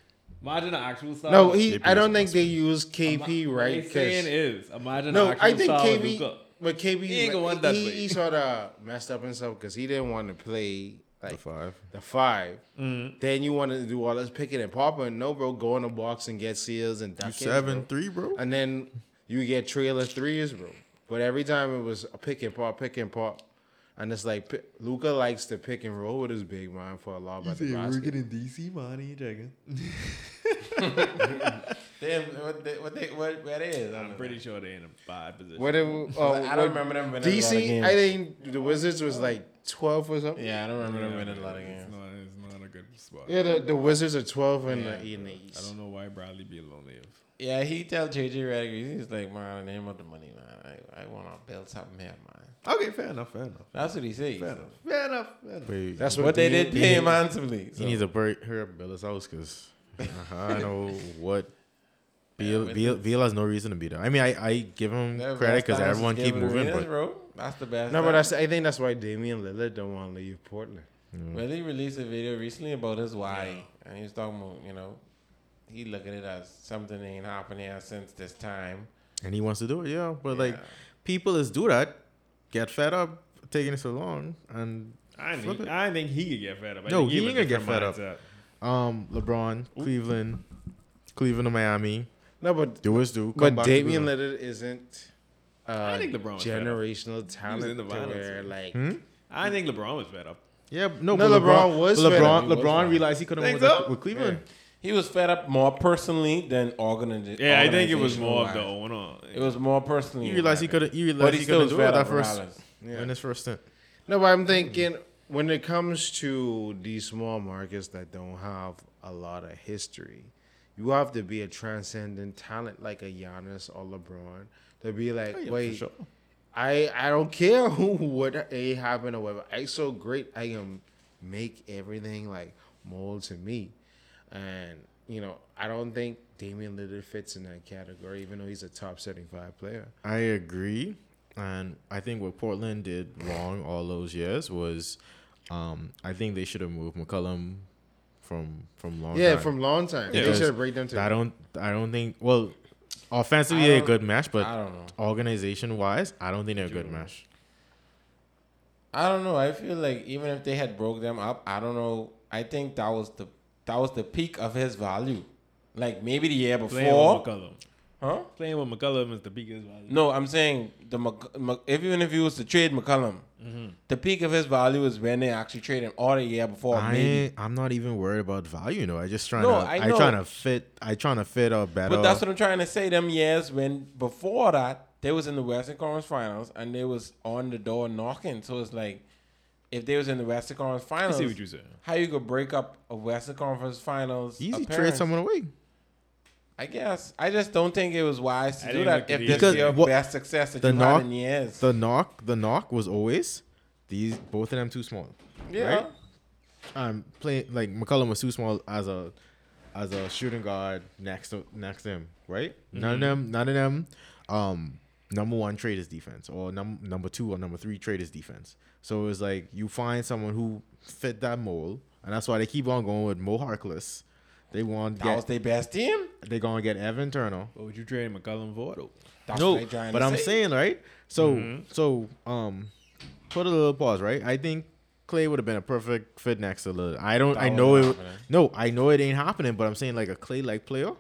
Imagine an actual star.
no, he.
KP
I
is
don't think they use KP right
What they saying
because
is, imagine an
no,
actual
I think
star. with
KP,
Luka.
but KP,
He ain't gonna want that
he,
way.
he sort of messed up himself because he didn't want to play
The
like
five.
the 5
Mm-hmm.
Then you want to do all this picking and popping. No, bro, go in the box and get seals and duck
You
it, bro.
seven three, bro.
and then you get trailer threes, bro. But every time it was a pick and pop, pick and pop, and it's like Luca likes to pick and roll with his big man for a lot of the basket.
DC money, Jagan.
They, what, they, what, they, what where they is?
I'm pretty sure they in a bad position.
What it, uh,
Oh,
I don't remember them winning a lot of
DC,
games.
I think the Wizards was like twelve or something.
Yeah, I don't remember them
Yeah,
winning a lot of
it's
games.
Not, it's not a good spot.
Yeah, the, the Wizards are twelve in the in the
I
East.
don't know why Bradley Beal won't leave.
Yeah, he tell JJ Redick, he's like, man, in the name of the money, man. I, I want to build something here, man.
Okay, fair enough, fair enough,
That's what he says.
fair enough, fair enough. Fair enough.
Wait,
That's what,
But they
D-
did pay
[LAUGHS]
him handsomely.
He
So.
needs a break. Hurry up, Bill. It's house because I know what. Bill,
Yeah, but
Bill, Bill has no reason to be there. I mean, I, I give him
That-
credit because
that's
everyone
Giannis'
keep moving,
Arenas,
but
bro. That's the best.
No, but
time.
that's, I think that's why Damian Lillard don't want to leave Portland.
Mm.
Well, he released a video recently about his why, and he was talking about you know, he look at it as something ain't happened here since this time.
and he wants to do it. Yeah, but like
Yeah.
people is do that, get fed up taking it so long, and
I
Flip
think,
it.
I think he could get fed up. I
No,
think
he
have a
ain't gonna get
different
fed
mindset.
um, LeBron, Cleveland, Cleveland to Miami,
No, but
do us do. come
But
back to
Damian
Cleveland.
Lillard isn't. Uh,
I think LeBron was fed up.
generational talent
in the
to
finals, Hmm?
where
man.
like
I think LeBron was fed up.
yeah, no,
No,
but
LeBron
LeBron
was
but
fed up.
LeBron.
He was
LeBron
fed up.
realized he could have won
Think
with,
so?
with Cleveland.
He was fed up more personally than organi-
Yeah, I think it was more of
organizational-wise.
the owner.
It was more personally.
You realize he
what
could
happened.
have. You
but
realize
he,
he
still
could have
was
do it
fed up
that
first.
first in his first stint.
no, but I'm thinking when it comes to these small markets that don't have a lot of history, you have to be a transcendent talent like a Giannis or LeBron to be like,
Oh, yeah, for
wait,
sure.
I I don't care who what a happened or whatever. I so great I can make everything like mold to me, and you know I don't think Damian Lillard fits in that category, even though he's a top seventy five player.
I agree, and I think what Portland did wrong all those years was, um, I think they should have moved McCullum from from long.
Yeah,
time.
from long time.
Yeah,
they
it's-
should have break them to
I don't I don't think well, Offensively,
I
they're a
don't-
good match,
I
but
don't know.
organization wise, I don't think they're a good match.
I don't know. I feel like even if they had broke them up, I don't know. I think that was the that was the peak of his value. Like maybe the year
Playing
before,
with McCullum.
huh?
Playing with McCullum is the biggest value.
No, I'm saying the Mc, Mc, if even if he was to trade McCollum,
Mm-hmm.
the peak of his value is when they actually trade him, or the year before.
I
maybe.
ain't- I'm not even worried about value. You know, I just trying
No,
to.
I
I,
know.
trying to fit. I trying to fit a better.
But that's what I'm trying to say. Them years when before that they was in the Western Conference Finals and they was on the door knocking. So it's like if they was in the Western Conference
I
Finals,
see what you're saying.
how you could break up a Western Conference Finals?
easy trade
appearance?
someone away.
I guess. I just don't think it was wise to
I
do
didn't
that
look at
if
it
this
either.
is your
Because what-
best success that
the
you've
knock-
had in years.
The knock. The knock was always these. Both of them too small.
yeah.
right? um playing like McCullum was too small as a as a shooting guard next to next to him, right? None of them none of them um number one trade is defense or num- number two or number three trade is defense. So it's like you find someone who fit that mold and that's why they keep on going with Mo Harkless. They want
That was
get,
their best team.
they gonna get Evan Turner.
But would you trade McCullum for though?
That's
no,
what they trying
but
to
I'm
say.
saying right. So so um, put a little pause right. I think Clay would have been a perfect fit next to Lillard. I don't. I
That
know it.
wasn't happening.
No, I know it ain't happening. But I'm saying like a Clay like player,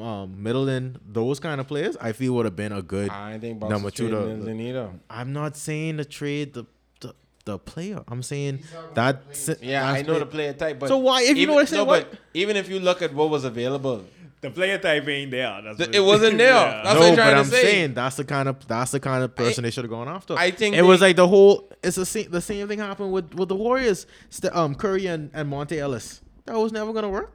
um, Middleton, those kind of players, I feel would have been a good.
I ain't think Bucks
Number
was
two,
trading
the-
Lindley neither.
I'm not saying to trade the the, the player. I'm saying that.
Yeah, I know the player type, but
So why- if you know what I'm saying, why-
but even if you look at what was available,
The player type ain't there. That's
Th- what- it wasn't
[LAUGHS]
there. Yeah. That's- what
no,
I'm trying
but
to
I'm
say.
saying that's the kind of that's the kind of person they should have gone after.
I think
it was
they-
like the whole. It's the same. The same thing happened with with the Warriors. St- um, Curry and, and Monte Ellis. That was never gonna work.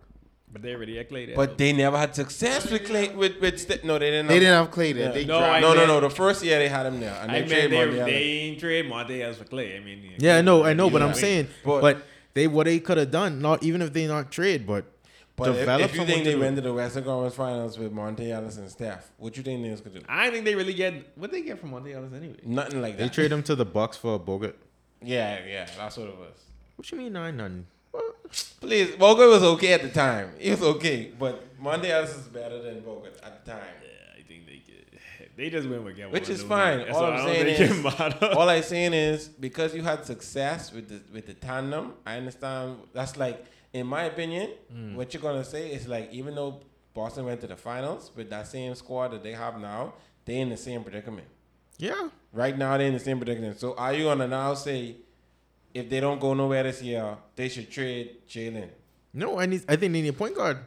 but they already had Clay there.
but they never had success with Clay. With with Ste- no, they didn't.
They
have-
didn't have Clay there.
Yeah.
They
No,
dropped.
I-
No, no,
meant-
no. The first year they had him there, and
I
they
mean,
traded
they,
Monte Ellis.
they ain't trade Monte as for Clay. I mean,
Yeah, I know, I know, but
Yeah.
I'm saying,
But-
but, they what they could have done, not even if they not trade, but,
But if,
develop
if you
someone
think
to
they
do it.
went to the Western Conference Finals with Monte Ellis and Steph, what you think they could do?
I think they really get what they get from Monte Ellis anyway.
Nothing like
they
that.
trade him to the Bucks for Bogut.
yeah, yeah, that's what it was.
What you mean nine none?
Please, Bogut was okay at the time. He was okay, but Monte Ellis is better than Bogut at the time.
[LAUGHS] Yeah, I think they get. They just went with Kevin.
Which is
Looney.
fine.
That's
All
why
I'm
I don't
saying
think
is-
it matter. [LAUGHS]
All I'm saying is because you had success with the with the tandem, I understand. That's like, in my opinion, what you're gonna say is like, even though Boston went to the finals with that same squad that they have now, they in the same predicament.
Yeah,
Right now, they're in the same predicament. So are you gonna now say, if they don't go nowhere this year, they should trade Jalen?
no, I need. I think they need a point guard.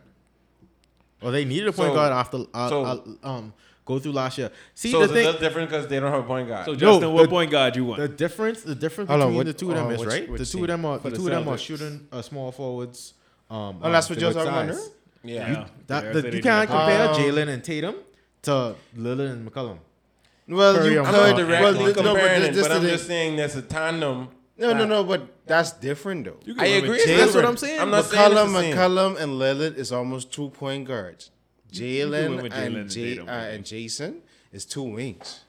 Or they needed a point
So-
guard after uh,
so-
uh, um go through last year. See
So
the
it's a
thing.
little different because they don't have a point guard.
so
So
Justin, what
the-
point guard you want?
The difference, the difference
Hold on,
between
what-
the two of them
uh,
is
which-
right.
which
the two
team?
of them are
For
the
the
two of them are
Celtics.
shooting uh, small forwards. Um,
Oh, that's
um,
what
to
you're
good
talking about
size.
yeah.
Yeah.
That, the,
They said
you
they need
can't
a
compare
Um,
Jalen and Tatum to Lillard and McCollum.
Well,
Curry
you
on
could.
the
I'm
Well,
not
th-
directly
well, th- no, but
comparing
this,
it,
this
but I'm
is it.
just saying there's a tandem.
no, no, no. But that's different though.
You can
I
go with
agree.
Jalen.
That's what I'm saying.
I'm not saying it's
McCollum,
the same.
McCollum, and Lillard is almost two point guards.
can win
Jalen
with Jalen
and
and
Jay,
Tatum,
uh,
I think.
and Jason is two wings.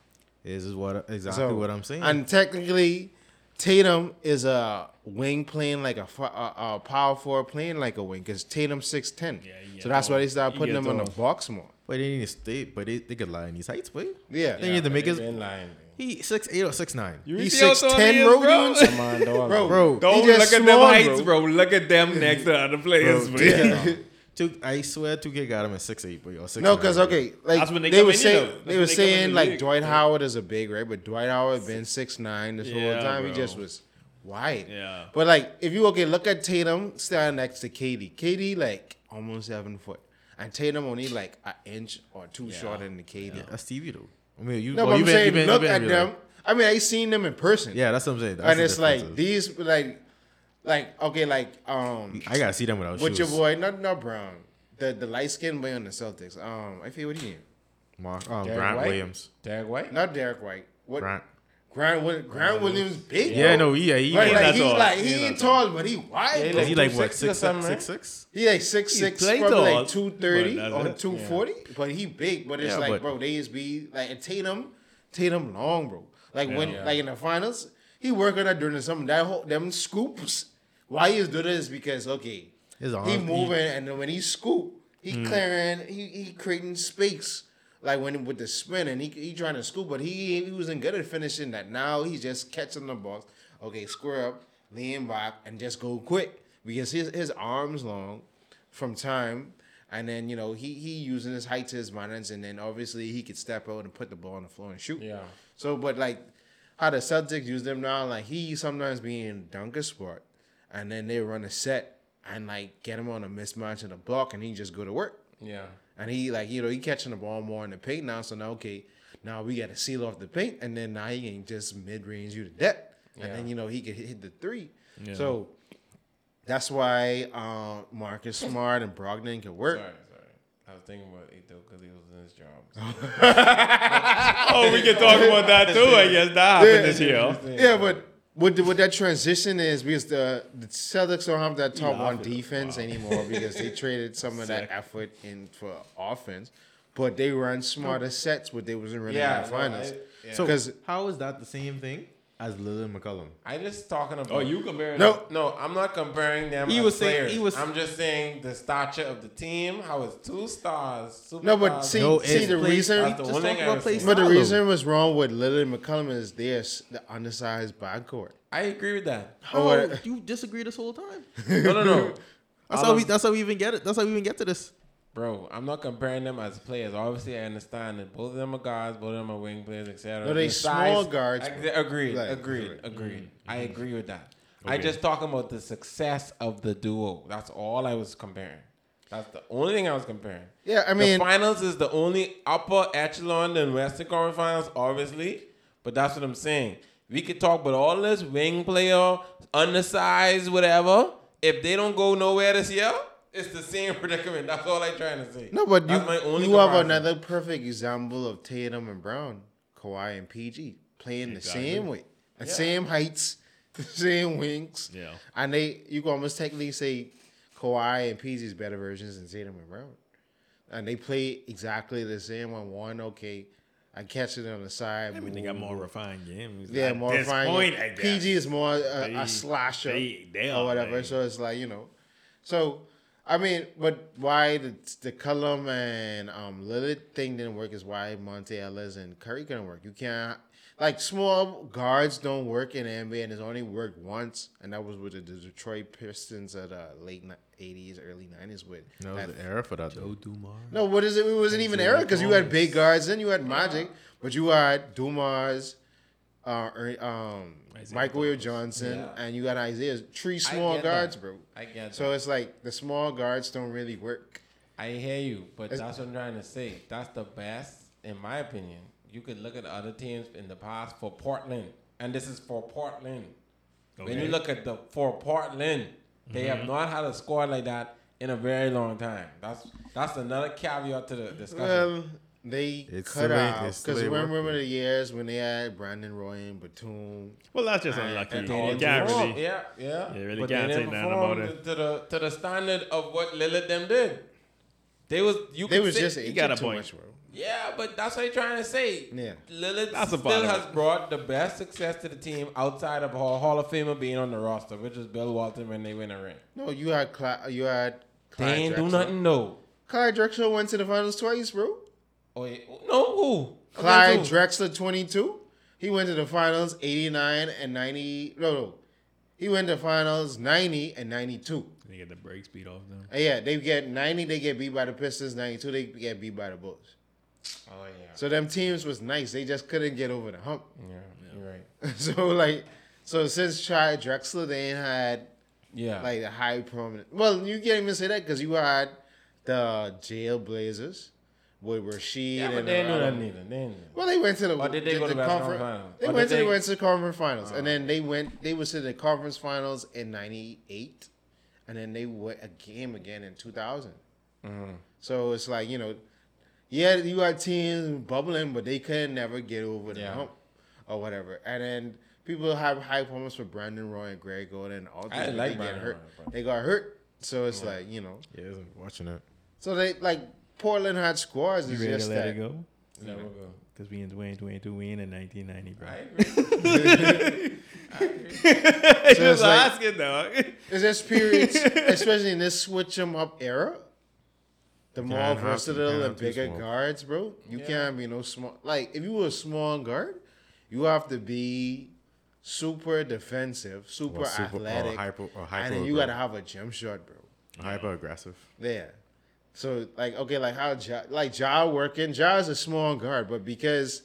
This is what exactly what I'm saying.
And technically, Tatum is a wing playing like a, fo- a, a power forward playing like a wing because Tatum six ten.
Yeah, he get
so that's why they
off.
start
He
putting
get
him on the
off.
box more.
but they need to stay. But they, they could lie in these heights, but
Yeah,
they need to make his
in line.
he six eight or six nine.
You
he's
see how
six
tall
ten,
he
bro.
is,
you
Come
understand?
[LAUGHS]
on, dog.
Bro,
[LAUGHS]
He
Don't
just
look at them
small,
heights, bro. Look at them next to other players, bro.
yeah.
[LAUGHS]
Two, I swear, two K got him at six eight, but or six.
No, because okay, like
That's when
they,
they come
were
in, you know.
saying
That's
they
when
were
they come in
saying
the
like
league.
Dwight Howard is a big right, but Dwight Howard been six nine this
Yeah,
whole time. He
bro.
just was wide.
Yeah.
But like if you okay, look at Tatum standing next to Katie. Katie like almost seven foot, and Tatum only like an inch or two shorter than Katie.
yeah, that's TV though. I mean, you
No,
well,
but I'm
you been- you
saying
been- you
look
been
at
real
them.
life.
I mean, I seen them in person.
Yeah, that's what I'm saying. That's
and
the
it's like
differences.
these like like okay like um
I gotta see them without
with
shoes.
your boy not not Brown the the light skinned boy on the Celtics um I feel what he name
Mark, um,
Derrick
Grant
White?
Williams.
Derek White?
not Derek White what
Grant.
Grant Wi- Grant Williams big
Yeah,
though.
no, yeah, he,
Right,
he-
like
not
he
tall.
like
He
he
not
ain't tall but he wide
Yeah,
is
though.
he like what
260 or
six
something,
six
right?
six six?
he like six six
play
probably
tall,
like two thirty
but
or
that's it.
two forty but he big but it's
Yeah,
like
but-
bro they just be like and Tatum Tatum long bro like when
Yeah.
like in the finals he working on doing something that whole them scoops why he is doing this because okay
His
he
arms-
moving and then when he scoop, he clearing, he, he creating space like when with the spin and he he trying to scoop, but he he wasn't good at finishing that. Now he's just catching the box. Okay, square up, lean back, and just go quick because his his arms long from time, and then you know he he using his height to his advantage, and then obviously he could step out and put the ball on the floor and shoot.
Yeah.
So, but like how the Celtics use them now, like he sometimes be in dunker spot, and then they run a set and like get him on a mismatch in a block, and he just go to work.
Yeah.
And he like you know he catching the ball more in the paint now. So now okay, now we got to seal off the paint, and then now he can just mid range you to death, and then you know he could hit, hit the three. So that's why uh, Marcus Smart and Brogdon can work.
Sorry, sorry. I was thinking about it though because he was in his job. oh, we can talk about that too. I guess that happened this year.
Yeah, but what the, what that transition is because the the Celtics don't have that top one defense anymore because they traded some of that effort in for offense, but they run smarter sets what they wasn't running
Yeah,
in the
no,
finals.
I- yeah.
So
Because
how is that the same thing as Lillard McCollum?
I just talking about.
Oh, you comparing?
no,
No, I'm not comparing them.
He
as
was saying-
players.
he was-
I'm just saying the stature of the team. How it's two stars. Super
No, but see-
No,
see,
it's
the
play-
reason-
Just
That's the
talk
one thing I
about
was
play
saying.
but the
style.
reason was wrong with Lillard and McCollum is they're s- the undersized backcourt.
I agree with that.
How
or-
you disagree this whole time?
No, no,
[LAUGHS]
no,
[LAUGHS] That's how we. That's how we even get it. That's how we even get to this.
bro. I'm not comparing them as players. Obviously, I understand that both of them are guards, both of them are wing players, etc.
No, they
The
small guards,
I-
bro.
they- agreed,
Like,
agreed,
correct.
agreed. I agree with that. I just talking about the success of the duo. That's all I was comparing. That's the only thing I was comparing.
Yeah, I mean,
the finals is the only upper echelon in Western Conference Finals, obviously. But that's what I'm saying. We could talk about all this wing player, undersized, whatever. If they don't go nowhere this year, it's the same [LAUGHS] predicament. That's all I'm trying to say.
no, but you,
That's my only
you have
comparison.
another perfect example of Tatum and Brown, Kawhi and PG playing
Exactly.
the same way, the same heights, [LAUGHS] the same wings.
Yeah.
and they you can almost technically say Kawhi and PG's better versions than Tatum and Brown, and they play exactly the same. On one, okay, I catch it on the side.
I mean, they
boom,
got
boom,
more refined games.
Yeah,
At
more
this
fine.
Point, I guess.
PG is more uh, a,
They-
a slasher
they- they
or
are,
whatever.
like-
so it's like you know, so I mean, but why the the Cullum and um, Lillard thing didn't work is why Monte Ellis and Curry couldn't work. You can't like small guards don't work in the NBA, and it's only worked once, and that was with the, the Detroit Pistons of the late eighties, early nineties. With
That was
that-
the era for that though.
Dumar.
no, what is it? It wasn't even era because you had big guards, then you had Magic, but you had Dumas, uh, Er- um,
Isaiah
Michael Will Johnson,
Yeah.
and you got Isaiah. Three
I
small
get
guards,
that.
bro.
I get
So
that.
it's like the small guards don't really work.
I hear you, but
It's-
that's what I'm trying to say. That's the best, in my opinion. You could look at other teams in the past for Portland, and this is for Portland. When you
Okay. Mm-hmm.
look at the for Portland, they have not had a squad like that in a very long time. That's that's another caveat to the discussion.
Well, Um, they
It's
cut
the way-
out
it's the
because
way it
remember,
worked.
the years when they had Brandon Roy and Batum.
Well, that's just
I-
unlucky.
and
You
They
Oh,
didn't
can't
perform.
really.
Yeah, yeah.
You really
they didn't
can't say nothing
perform
about it.
To the to the standard of what Lillard them did. They was you.
They
could
was
say-
just it
got
took
a
too
point.
much, bro.
Yeah, but that's what I'm trying to say.
Yeah.
Lillard
That's a
still
bottom.
has brought the best success to the team outside of Hall, Hall of Famer being on the roster, which is Bill Walton when they win a ring.
No, you had Cla- you had
They
Clyde
ain't do
Drexler.
nothing, no.
Clyde Drexler went to the finals twice, bro.
Oh, yeah. No, who?
Clyde
Against who?
Drexler, 22. He went to the finals 89 and 90. No, no. He went to finals 90 and 92.
They get the break speed off them.
And yeah, they get 90, they get beat by the Pistons. 92, they get beat by the Bulls.
Oh, yeah.
So them teams was nice. They just couldn't get over the hump. [LAUGHS]
yeah. You're right.
so, like, so since Clyde Drexler, they ain't had
Yeah.
like the high prominent. Well, you can't even say that because you had the Jail Blazers with Rashid
yeah, but
and um,
they ain't do
Around-
nothing either. They ain't do nothing.
Well, they went to the.
Or did they
the-
go to
the
basketball
confer-
finals?
They
Or
went
did
to the
they- Oh.
Western Conference Finals, and then they went. They was to the conference finals in '98, and then they went a game again in 2000.
Mm-hmm.
So it's like you know, yeah, you had teams bubbling, but they could never get over the
Yeah.
hump or whatever. And then people have high promise for Brandon Roy and Greg Golden and all. these,
didn't
but
like
they get
Brandon
hurt.
Roy, but-
They got hurt, so it's like you know.
Yeah, I'm watching that.
So they like Portland had squads.
You
It's
ready to
just
let
[LAUGHS]
it
that.
go?
There we go.
Because we in 2022, we in the 1990, bro.
I agree.
So it's like,
asking, dog.
Is this periods, especially in this switch 'em up era, the
can't
more
have to- you can't
versatile and
have to
bigger
smoke.
guards, bro. You can't be no small. Like if you were a small guard, you have to be super defensive, super,
Or super- or
athletic,
hyper- or
and
hyper
then you gotta
aggr-
have a jump shot, bro.
hyper aggressive.
Yeah. So like okay, like how ja, like Ja working, Ja is a small guard, but because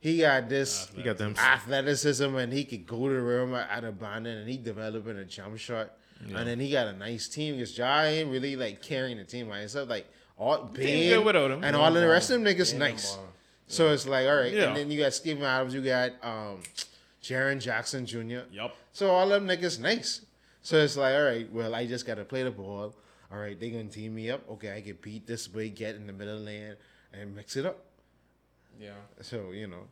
he got this
You got them.
athleticism and he could go to the rim at abandon and he developing a jump shot. And then he got a nice team because Ja ain't really like carrying the team by himself. Like all big
good without him.
and all of the rest of them niggas nice. So it's like all right,
Yeah.
and then you got Steven Adams, you got um, Jaron Jackson Jr.
Yup.
So all them niggas nice. So it's like, all right, well, I just gotta play the ball. All right, they gonna team me up. Okay, I can beat this way, get in the middle lane, and mix it up.
Yeah.
So you know,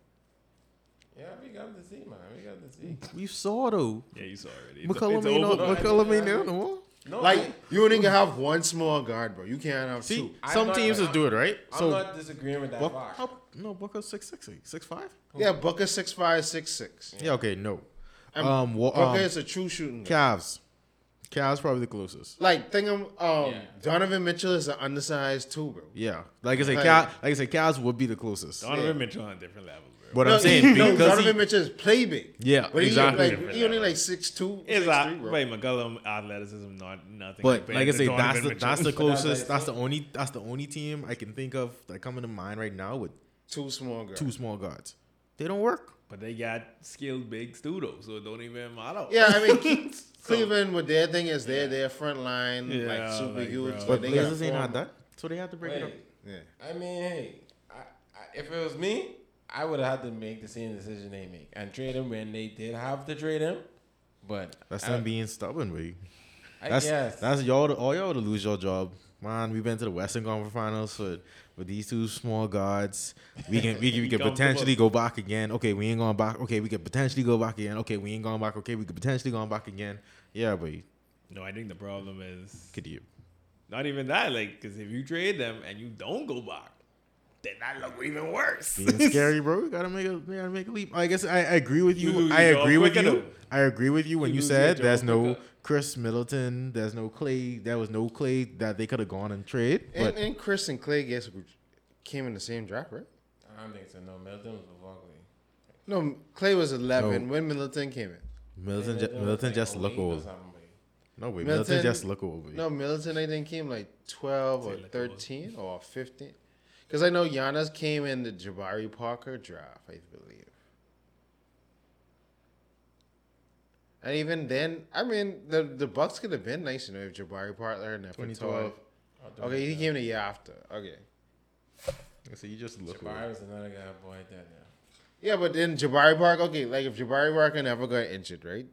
Yeah, we got to see, man. We got to see.
We saw though.
Yeah, you saw already. It's-
McCollum
it's
ain't no
over.
McCollum ain't there no more.
No,
like you only can have one small guard, bro. You can't have
See,
two.
I'm
some
not-
teams just do it right.
I'm
so
not disagreeing with that.
Buck,
Fox.
how, no, Booker's six six six six five.
Yeah, Booker six five six six.
Yeah, okay, no.
Um,
Um, wa-
Booker
um,
is a true shooting. guard.
Cavs, Cavs probably the closest.
Like think of um,
Yeah.
Donovan Mitchell is an undersized two, bro.
Yeah, like I said,
Like-
Cal, like I said, Cavs would be the closest.
Donovan Mitchell on a different level, bro.
But I'm saying
[LAUGHS] no,
because
Donovan
he,
Mitchell is play big.
Yeah,
but he
exactly.
like he only like six two.
It's
six,
like, wait, McCollum athleticism, not nothing.
but
compared
like I
to
say,
Donovan
that's the
Mitchell.
that's the
like-
closest. That's the only that's the only team I can think of that coming to mind right now with
two small guards.
two small guards. They don't work.
But they got skilled big studios, so it don't even matter.
Yeah, I
[LAUGHS]
mean, Cle- Cleveland with their thing is their their front line like
Yeah,
super
like,
huge,
bro.
but,
But
they got
Blazers ain't
four-
had that, so they have to break it up.
Wait,
Yeah,
I mean, hey, I, I, if it was me, I would have had to make the same decision they make and trade him when they did have to trade him. But
That's
I,
them being stubborn, but
I
that's
guess.
that's y'all to, all y'all to lose your job. Man, we've been to the Western Conference Finals with with these two small guards. We can we can,
[LAUGHS]
we can
Comfortable.
potentially go back again. Okay, we ain't going back. Okay, we could potentially go back again. Okay, we ain't going back. Okay, we could potentially go back again. Yeah, but
No, I think the problem is
could you?
not even that. Like, because if you trade them and you don't go back, then that look even worse.
being
[LAUGHS]
scary, bro. We gotta make a we gotta make a leap. I guess I, I agree with
You
you.
lose
I
your job
agree with you.
quicker though.
I agree with you when
You
you,
lose your
said
job
there's no
quicker.
Chris Middleton, there's no Clay, there was no Clay that they could have gone and trade. But
and, and Chris and Clay guess who came in the same draft, right?
I don't think so. No, Middleton was before Clay.
No, Clay was eleven
No.
when Middleton came in.
Middleton, ju- Middleton just
Oh,
look
over.
old. No way, Middleton,
Middleton-
just look old.
No, Middleton I think came like twelve or
Say like it was.
thirteen or fifteen, because I know Giannis came in the Jabari Parker draft, I believe. And even then, I mean, the the Bucks could have been nice, you know, if Jabari Parker and if
2012.
Okay, he came the year after. Okay.
So you just look
Jabari was another guy who boy that now.
Yeah, but then Jabari Park, okay, like if Jabari Parker never got injured, right?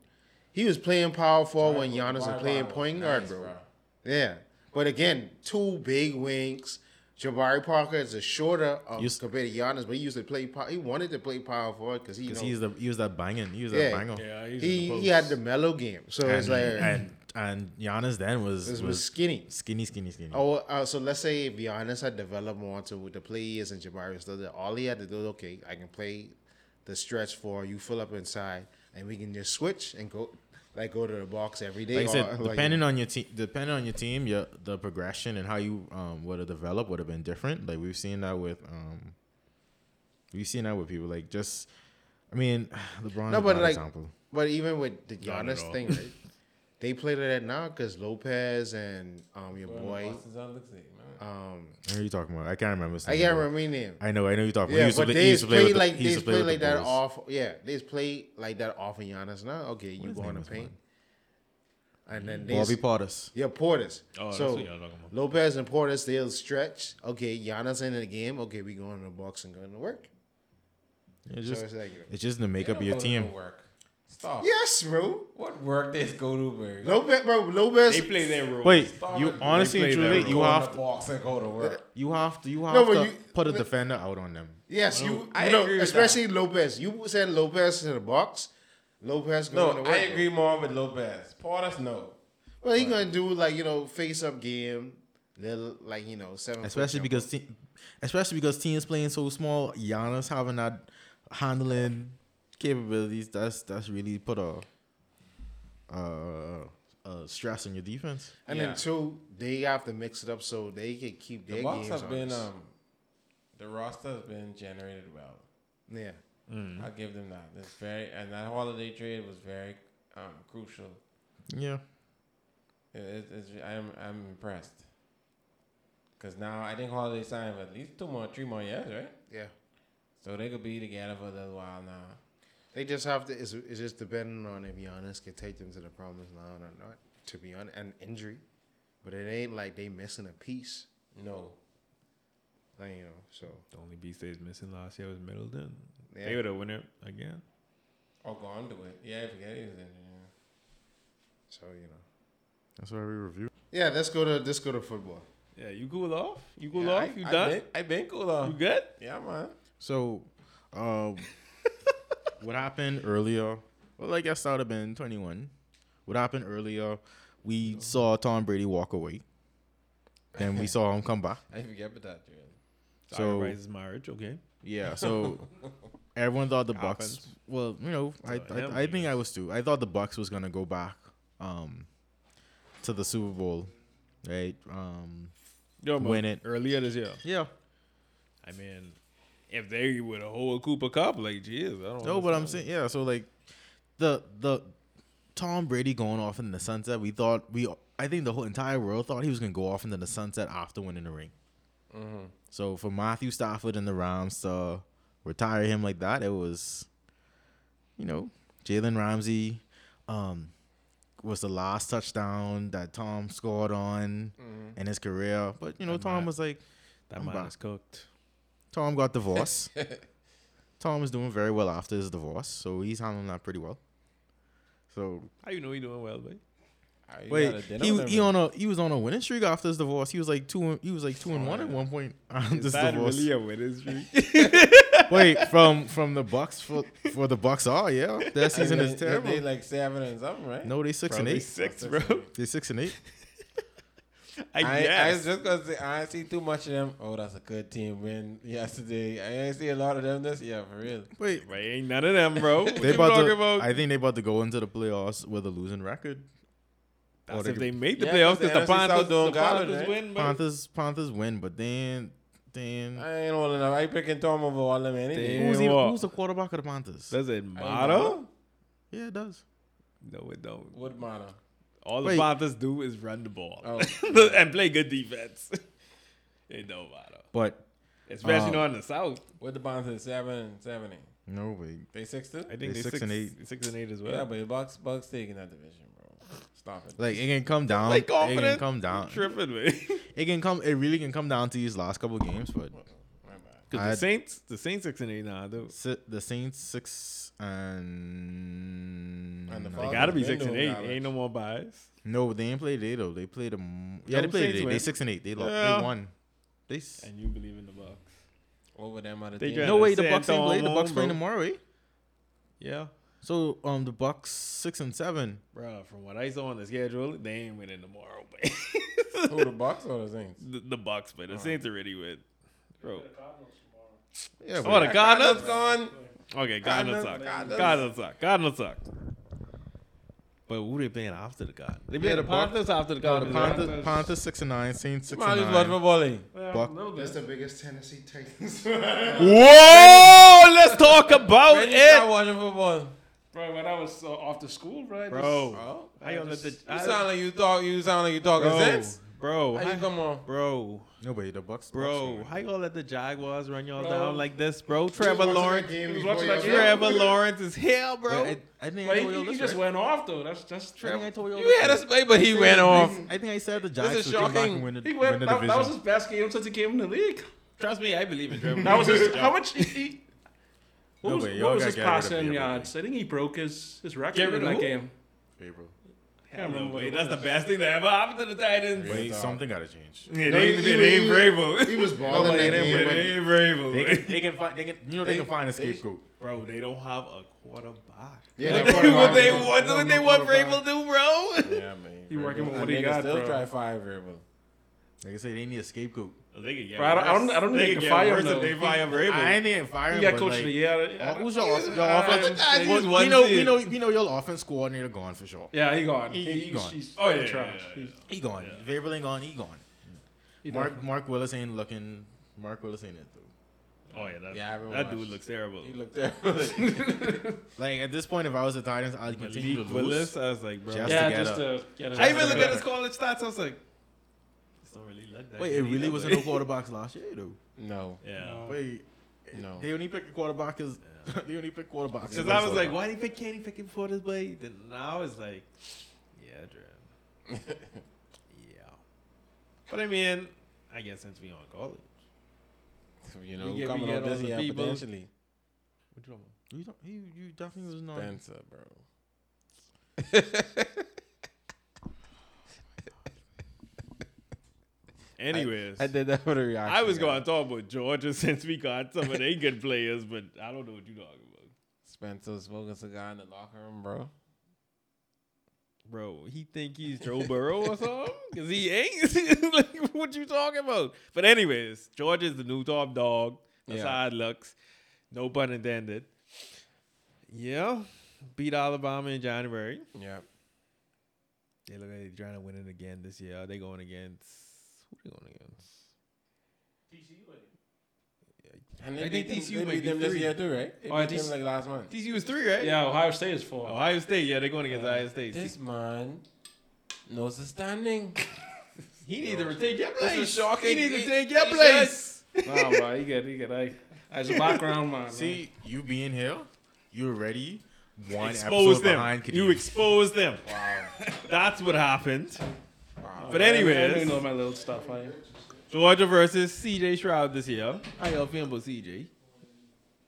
He was playing power forward when Giannis was playing point guard, bro. Yeah. But again, two big wings. Jabari Parker is a shorter um,
You s-
compared to Giannis, but he used to play. pow- He wanted to play power forward because he, you
Because
know,
he's the he was that banging, he was
Yeah.
that banger.
Yeah, he's in
he
the
he had
post.
the mellow game, so
And,
it's like
and and Giannis then was
it
was,
was skinny.
skinny, skinny, skinny.
Oh, uh, so let's say if Giannis had developed more to with the players and Jabari was still there, all he had to do is okay, I can play the stretch for you, fill up inside, and we can just switch and go like go to the box every day.
like I said,
or,
depending on your team, depending on your team, your the progression and how you um would have developed would have been different. Like we've seen that with um, we've seen that with people like just, I mean, [SIGHS] LeBron.
No,
is
but
one
like-
example.
but even with the
Not at
Giannis
all.
thing,
[LAUGHS]
right? they played it at now because Lopez and um your boy, um
I know you're talking about. I can't remember. his
I
name,
can't
but-
remember his name.
I know. I know you're talking.
Yeah,
about.
but they just play like
he
they
used
just
to
play
with
like
the
that
Bulls.
off. Yeah, they just play like that off of Giannis now. Okay, you
his
go
name
on the
was, man?
paint, and then they
Bobby Portis.
Yeah, Portis.
Oh, that's
so
what y'all talking about.
Lopez and Portis, they'll stretch. Okay, Giannis in the game. Okay, we going to the box and going to work.
It's just,
so it's like,
it's just the makeup of your team.
Work. Stop.
yes, bro.
What work they go to, bro?
Lopez, bro, Lopez.
They play their role.
Wait,
Stop it.
you
They
honestly and
play their
truly,
role.
you
Go in
have
the
to,
box and go to work.
you have to, you have
No, but
to
you-
put a defender out on them.
yes, you.
I
you know,
agree with
especially Lopez. You send Lopez to the box. Lopez going
No,
to work.
I agree more with Lopez. Portis, no.
Well, he gonna do like you know face up game, little like you know seven. foot
especially
jump.
because te- especially because teams playing so small, Giannis having that handling capabilities, that's that's really put a uh uh, stress on your defense.
And
Yeah.
then two, they have to mix it up so they can keep their
The Bucks
games
have been
honest.
um, the roster has been generated well.
yeah.
Mm-hmm.
I'll give them that. It's very and that holiday trade was very um, crucial.
Yeah.
It, it, it's, I'm I'm impressed. Cause now I think holiday signed for at least two more, three more years, right?
Yeah.
So they could be together for a little while now.
They just have to. It's, it's just depending on if Giannis can take them to the promised land or not. To be honest, an injury, but it ain't like they missing a piece.
No,
Like, you know, so
The only beast they was missing last year was Middleton.
yeah.
They would have won it again.
or go on to it. Yeah, I forget he was in there.
so you know.
That's why we review.
Yeah, let's go to let's go to football.
Yeah, you cool off? You cool
Yeah,
off?
I,
you
I
done?
Been, I been cool off.
You good?
Yeah, man.
So, [LAUGHS] um, what happened earlier? Well, I guess that would have been 21. What happened earlier? We saw Tom Brady walk away. Then [LAUGHS] we saw him come back.
I forget about that trade.
So-
Sacrifice his marriage, okay.
Yeah. So everyone thought the Bucks.
Happens.
Well, you know, I
So him,
I, I
I
think I was too. I thought the Bucks was gonna go back um, to the Super Bowl, right? Um,
Yo, man,
Win it.
earlier this year.
yeah.
I mean, if they would have hold Cooper Cup, like, jeez, I don't.
No, but I'm
understand.
saying yeah. So like the the Tom Brady going off in the sunset. We thought we I think the whole entire world thought he was gonna go off into the sunset after winning the ring.
Mm-hmm.
So for Matthew Stafford and the Rams to retire him like that, it was, you know, Jalen Ramsey um, was the last touchdown that Tom scored on in his career. But you know,
Mm-hmm. And
Tom
my-
was like,
that
I'm
man
back.
is cooked.
Tom got divorced. Tom is doing very well after his divorce, so he's handling that pretty well. So
How you know he doing well, babe?
Ah, you
wait,
gotta dinner
he,
with
he
him.
on a he was on a winning streak after his divorce. He was like two he was like two and one at one point. after his divorce.
a winning streak?
[LAUGHS] wait from from the Bucks for for the Bucks are yeah that
I mean,
season is
they- They
terrible.
like seven and something, right?
No, they six and
Probably
eight.
six, bro.
They six and eight.
I,
I
I was
guess.
just gonna say I ain't see too much of them. Oh, that's a good team win yesterday. I ain't see a lot of them this yeah, for real.
Wait,
But ain't none of them, bro. What
they
you
about
talking
to,
about?
I think they about to go into the playoffs with a losing record.
That's
they
if
could-
they make the
Yeah,
playoffs
'cause the
because the
NFC South
Panthers,
doing
the
garbage,
Panthers
right?
win, bro.
Panthers Panthers win, but then then
I ain't holding up. I picking Tom over all them anyway.
Damn.
who's, even,
what?
who's the quarterback of the Panthers?
Does
I
it
don't
matter?
know.
yeah, it does.
No, it don't.
What matter?
All the
Wait.
Panthers do is run the ball
Oh.
[LAUGHS] and play good defense. [LAUGHS] it don't matter,
But
especially
Uh,
not in the South.
What the Bonds is seven and seventy.
no way.
They six two?
I think
They
they
six
six
and eight.
six and eight as well.
Yeah, but the Bucks Bucks taking that division, bro. Stop it.
Like it can come down.
Like
it can
confident.
come down.
tripping, man. [LAUGHS]
It can come. It really can come down to these last couple games. But
My bad.
Because
I-
the Saints, the Saints six and eight now. Nah,
si- the Saints six and,
And
I
the
they
got-
Falcons.
gotta be
been
six and
doing
eight.
garbage.
Ain't no more bias.
no, they ain't played today though. They played them. Yeah, they
Those
played
Saints
today. They
win.
six and eight. They lost.
Yeah.
They won. They. s-
And you believe in the Bucks?
Over them other
They
team.
got-
No way. The
San
Bucks ain't played. The
Antonio,
Bucks playing
bro.
tomorrow. Eh?
Yeah,
So um, the Bucks six and seven.
bro. From what I saw on the schedule, they ain't winning tomorrow, [LAUGHS] but
Who the Bucks or the Saints?
the, the Bucks, but the Saints already win. Bro,
Yeah.
oh
But,
the Cardinals.
Cardinals gone.
Okay,
Cardinals,
Cardinals suck.
Cardinals.
Cardinals suck. Cardinals suck. But who they playing after the Cardinals? They playing
the
the Panthers after the
the
Cardinals.
Panthers, Panthers six and nine. Saints six
Might
and
as well for
nine.
volley.
Buck-
That's the biggest Tennessee [LAUGHS] Titans.
Whoa! Let's talk about
When you
it,
start watching football.
Bro, when I was uh, off to school, bro, I just-
bro.
Oh.
I don't let the
You
I-
sound like you talk you sound like you talking
bro,
sense.
bro,
How you
I-
come on?
bro,
No way. The Bucks.
bro.
Bucks
How you gonna let the Jaguars run y'all
Bro.
down like this, bro? Trevor
Watching that
Lawrence,
game
He was
before
watching
y'all
that game.
left.
Trevor Lawrence is hell,
win.
bro.
Wait, I, I think I
Like,
told you
he,
all
he
this.
just
right?
went off though. That's that's
I think I
Trevor.
told all
You
this,
had
right?
us play, but he went off.
I think I said the
is
Giants would come back
shocking.
and win, it,
He went.
win the
That,
division.
that was his best game since he came in the league.
Trust me, I believe in Trevor.
That was his. how much? He, he, what
No
was,
way, y'all
what was
gotta
his
get rid of
passing
Gabriel.
yards? I think he broke his his record
Get rid
in
of
that
who?
game.
April.
Can't remember what
Wait,
it
that's the
was.
best thing that ever happened to the Titans.
Wait, something gotta change.
Yeah,
No,
they,
he-
they,
he-
they ain't [LAUGHS]
he-
Vrabel.
He was balling
Nobody
that
did,
game.
Yeah, [LAUGHS]
but-
they ain't Vrabel.
They can, they can find. They can. You know they,
they-
can find a scapegoat.
Bro, they don't have a quarterback. [LAUGHS]
Yeah,
What they, what they,
quarterback.
what, what they want Vrabel do, bro?
Yeah, man.
He working with
And
what he
niggas
got,
still
bro.
try five Vrabel.
Like I say, they need a scapegoat.
They could get
Bro, I don't- I don't- I don't
worse.
think they
could
can
get
fire him,
worse if
though.
They fire Vrabel.
I ain't even firing.
You got
but,
coach of
like,
the year.
uh,
I-
Who's your, off- your
Other
offense?
guys,
well,
he's one
you know,
seed.
you know, you know, your offense coordinator gone for sure.
Yeah, he gone.
He-
He,
he
he's,
gone.
He's
Oh, yeah, yeah,
trash.
yeah,
He's,
He gone. Yeah. Vrabel ain't gone. He gone.
he
Mark
done.
Mark Willis ain't looking. Mark Willis ain't it though.
Oh yeah, that,
Yeah, I haven't
that
watched.
dude looks terrible.
He looked
[LAUGHS]
terrible.
Like at this point, if I was the Titans, I'd continue
Malik
to lose.
Willis, I was like, bro.
Just-
yeah,
to get
just to get it.
I even looked at
Yeah.
his college stats. I was like, it's not really like that.
Wait, it
good
really
either,
was
but-
no quarterbacks last year though.
no,
Yeah.
[LAUGHS] Wait,
no.
they only picked quarterbackers.
[LAUGHS]
they only picked quarterbacks.
Because I was like, why did he pick Kenny Pickett before this play? Then now it's like, yeah, Dren. [LAUGHS] yeah. But I mean, I guess since we on college.
You
We
know,
get-
coming
we
up
get
this
all the
year
people.
potentially.
What you talking about?
You, don't, you, you definitely was not.
Spencer, bro.
Anyways. I,
I did that for the reaction.
was
guys.
going to talk about Georgia [LAUGHS] since we got some of they good players, but I don't know what you're talking about.
Spencer smoking a cigar in the locker room, bro.
Bro, he think he's Joe Burrow or something? Because he ain't. [LAUGHS] like, what you talking about? But anyways, Georgia's the new top dog. That's
Yeah.
how it looks. No pun intended. Yeah. Beat Alabama in January.
Yeah.
They look like they're trying to win it again this year. They going against who they going against?
And
I
they
think
beat them,
TCU
they
might
beat
be
them this
three.
year too, right? They
Oh, I
beat them
just-
like last month.
TCU is three, right?
Yeah, Ohio State is four.
Ohio State, yeah, they're going against Ohio State.
This man knows the standing.
he needs to take your place.
is shocking.
He needs
He-
to take your
he
place.
nah, bro, he good, he good. I, as a background man.
See, you being here, you already one
Expose
episode
them.
behind.
You
Kadeem.
expose them. [LAUGHS] That's what happened. But
I
anyways,
do know my little stuff. I,
Georgia versus CJ Shroud this year. How y'all feeling about CJ?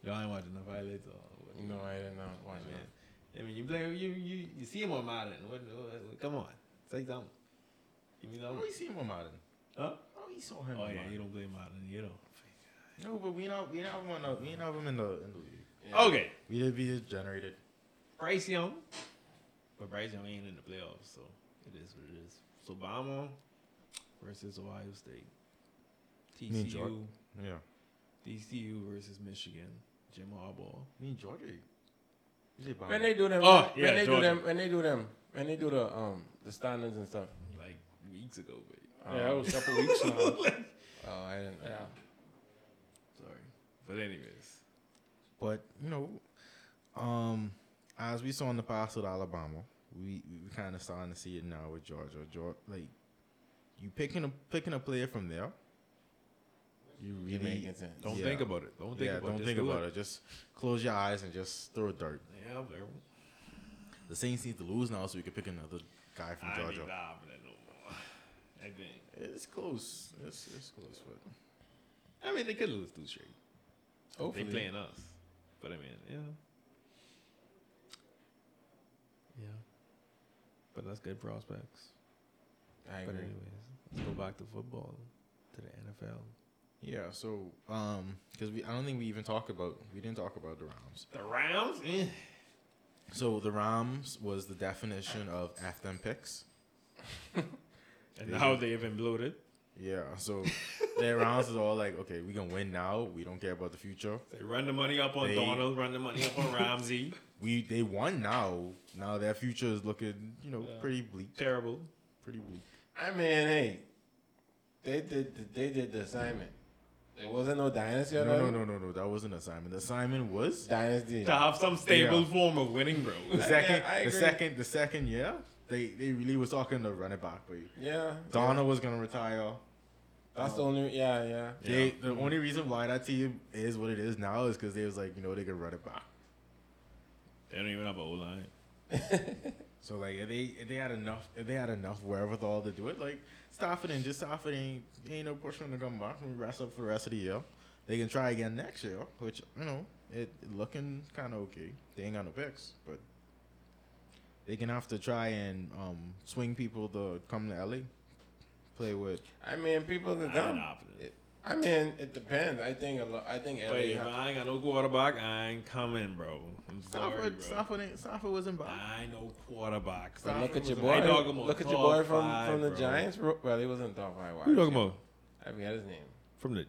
Y'all ain't watching the highlights or what?
No, I didn't know. Watch
Man, I mean, you play, you you, you see him on Madden. What, what, come on, take something. Give me
How
something.
we see him on Madden?
Huh?
How we saw him?
Oh
on
yeah, you
Madden?
don't play Madden. You don't.
No, but we not we not have him on the we not have him in the in the league.
Okay,
We did we did generated.
Bryce Young, but Bryce Young ain't in the playoffs, so it is what it is. So Bama versus Ohio State.
Me and
TCU,
Jordan. Yeah,
TCU versus Michigan. Jim Harbaugh.
me and Georgia. You did
When they do them,
Oh,
when
yeah,
they do
Georgia.
them, when they do them, when they do the um the standings and stuff.
like weeks ago, but
yeah, that was a couple weeks now.
Oh, I didn't.
Yeah.
sorry. But anyways,
But you know, um, as we saw in the past with Alabama, we we kind of starting to see it now with Georgia. Georgia, like you picking a picking a player from there. You
You make
really
it sense.
don't
Yeah.
think about it. Don't think
yeah,
about
don't
it. Just
think
do
about it. Just close your eyes and just throw dirt.
Yeah, bro.
The Saints need to lose now, so we can pick another guy from
I ain't
Georgia.
happening no more. I think.
It's close. It's, it's close, but
I mean, they could lose two straight.
Hopefully.
They playing us, but I mean, yeah, yeah. But that's good prospects.
I
But
agree.
anyways, let's go back to football, to the NFL.
yeah. So, um, because we I don't think we even talk about we didn't talk about the Rams.
The Rams. Eh.
So the Rams was the definition of F them picks.
And
They
now
did.
they even bloated.
Yeah. So [LAUGHS] their Rams is all like, okay, we gonna win now. We don't care about the future.
They run the money up on
They-
Donald. Run the money up [LAUGHS] on Ramsey.
We they won now. Now their future is looking, you know,
Yeah.
pretty bleak.
Terrible.
Pretty bleak.
I mean, hey, they did the, they did the assignment. It wasn't no dynasty.
No,
or
no,
nothing.
no, no, no. That wasn't assignment. The assignment was
Dynasty.
To have some stable
Yeah.
form of winning, bro.
the second,
I
the
agree.
second, the second year. They they really was talking to running back, but
Yeah.
Donna was gonna retire.
yeah. That's the only. Yeah, yeah.
They, the only reason why that team is what it is now is because they was like, you know, they can run it back.
They don't even have an O line.
So like if they if they had enough if they had enough wherewithal to do it, like Stafford and just Stafford ain't ain't no push for them to come back and rest up for the rest of the year. They can try again next year, which you know it it looking kind of okay. They ain't got no picks, but they can have to try and um, swing people to come to LA, play with.
I mean, people are
I
dumb.
ain't happening.
It- I mean, it depends. I think a lot. I think
But
LA.
if I ain't got no quarterback, I ain't coming, bro. I'm sorry,
Stafford,
bro.
Stafford, ain't, Stafford wasn't back.
I ain't no quarterback.
Stop.
look at your
I
boy.
talking about
Look at your
top
boy from
five,
from the
bro.
Giants. Well, he wasn't top five.
Who you talking about?
I forgot his name.
From the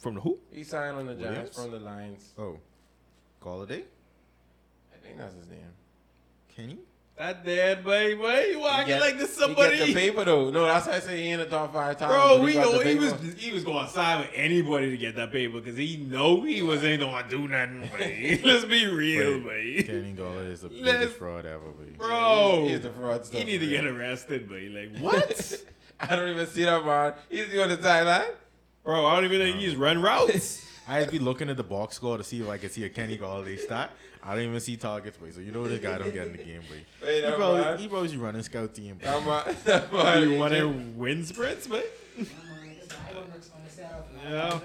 from the who?
He signed on the
Williams?
Giants from the Lions.
Oh. Call a day?
I think that's his name.
Kenny?
That dead, boy. Why you walking
get-
like this?
He
Somebody,
get the paper though. No, that's why I say he in the top five. Times,
bro.
but
We
he, got
know
the
he
paper.
was he was going to sign with anybody to get that paper because he know he was ain't gonna do nothing. [LAUGHS] boy. Let's be real, boy.
Kenny Galladay is the
Let's-
biggest fraud ever. But
Bro,
He's the fraudster.
he need to
man.
get arrested, boy.
[LAUGHS]
Like what,
I don't even see that man. He's on the sideline.
bro? I don't even think he's run routes.
[LAUGHS]
I'd be looking at the box score to see if I could see a Kenny Galladay stat. I don't even see targets, but so you know this guy don't get in the game, but
Wait,
he
that
probably
man.
he probably running scout team.
That
But
man. [LAUGHS] That man.
You want to win sprints, boy? Yeah.
Do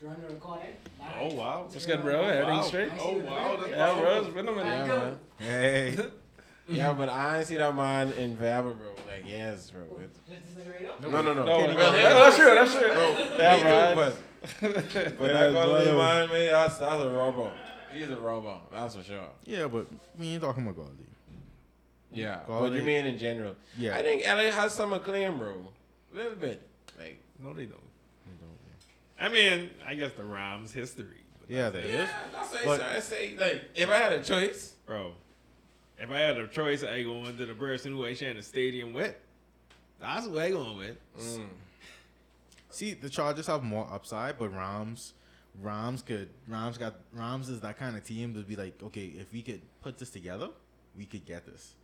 you want to record it?
Oh wow.
What's good, bro? Everything straight?
Oh wow. That's
[LAUGHS] Yeah, bro. It's been a minute.
Yeah,
hey,
man. [LAUGHS] Yeah, but I ain't see that man in Vaba, bro. Like, yes, bro. No, no, no.
No,
Kenny
no,
Galladay.
that's true. That's true.
Yeah, bro.
Yeah, bro.
But, but that Galladay man, man, that's, that's a robot. He's a robot. That's for sure.
yeah, but we ain't talking about Galladay.
Yeah. But
Galladay-
you mean in general?
Yeah.
I think LA has some acclaim, bro. A little bit. Like,
No, they don't. I mean, I guess the Rams history. but
Yeah,
that's
there
it.
is.
that's what
But-
I say. Like, if I had a choice,
Bro, if I had a choice, I going to the person who I sharing the stadium with. That's who I going with.
See, the Chargers have more upside, but Rams, Rams could Rams got Rams is that kind of team to be like, okay, if we could put this together, we could get this.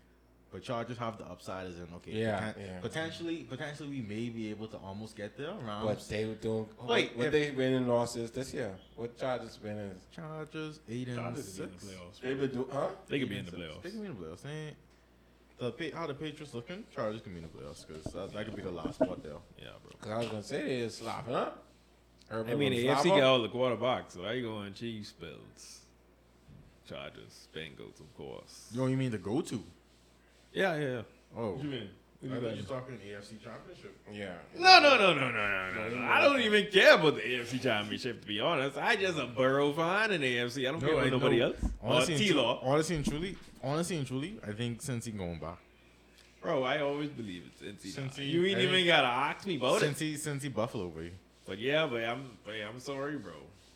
But Chargers have the upside as in okay,
Yeah,
poten-
yeah.
potentially, potentially we may be able to almost get there. Rams,
but they were doing.
Wait,
Wait, what
if-
they win and losses this year? What Chargers win is?
Chargers eight and
Chargers could be in
six.
the playoffs.
They would do, huh?
They could be in the
They
playoffs.
can be in the playoffs. They ain't- The Pa- how the Patriots looking? Chargers can be in the playoffs because that, that could be the last spot there.
Yeah, bro.
Because I was gonna say they is slopping up.
I
Everybody
mean, the
gonna slop
AFC got
up.
all the quarterbacks, so I going Chiefs, Bills, Chargers, Bengals, of course.
Yo, you mean the go-to?
Yeah, yeah.
Oh,
What you mean?
I thought you talking AFC Championship.
Yeah.
No, no, no, no, no, no, no. I don't even care about the AFC Championship, to be honest. I just a Burrow fan in the AFC. I don't care
I
about nobody
know.
else. Or
Honestly, and tru-
Oh, T-Law.
honestly and truly, honestly and truly, I think since he going back,
Bro, I always believe it's Cincy.
Cincy,
you ain't
I
even
mean-
gotta ask me about it.
since he since he Buffalo way,
But yeah, but I'm but I'm sorry, bro.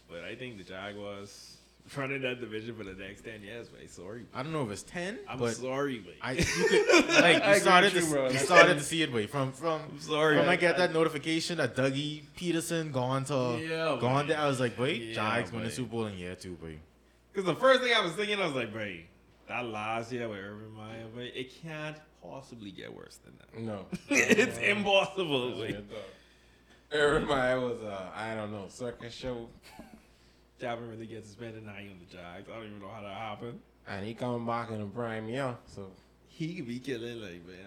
But I think the Jaguars running that division for the next ten years, but sorry.
I don't know if it's ten,
I'm
but
sorry, but
I you
[LAUGHS]
could, like
I agree
you started
with you, bro.
to, you started to see it way from from
I'm sorry.
when I
I-
get that notification that Dougie Peterson gone to
Yeah,
gone
boy.
there, I was like, wait,
Yeah,
Jags win the
boy.
Super Bowl in year two, boy.
Because the first thing I was thinking, I was like, bro, that last year with Urban Meyer, but it can't possibly get worse than that. [LAUGHS]
No.
it's impossible. Like,
Everybody was, uh, I don't know, circus show.
Chapman really gets suspended now he on the Jags. I don't even know how that happened.
And he coming back in the prime, yeah. So,
He could be killing like, man.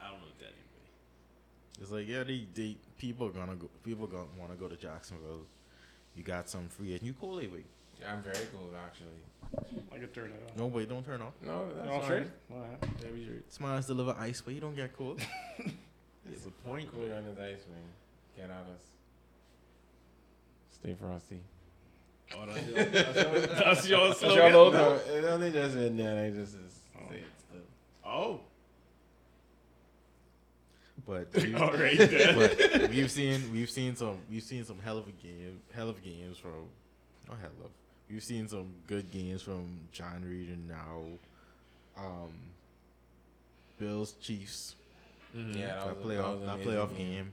I don't know what that is.
It's like yeah, they, they people are gonna go, people gonna want to go to Jacksonville. You got some free agent. You cool, eh, wait.
I'm very cool, actually.
I could turn it off.
No, wait, don't turn off.
No,
You
that's
all
all
straight?
right.
All right.
Smiles deliver ice, but you don't get cool.
[LAUGHS] It's a point.
Cool on his ice, man. Get on us. Stay frosty.
Oh, that's your- [LAUGHS] that's your slogan.
your logo.
No, it only just in there. They just is, say it still.
Oh, [LAUGHS]
But
all right. Then. [LAUGHS]
but we've seen we've seen some we've seen some hell of a game hell of games from not hell of we've seen some good games from John Reed and now um Bills Chiefs
Yeah,
that
a-
playoff
an
that
amazing
playoff game.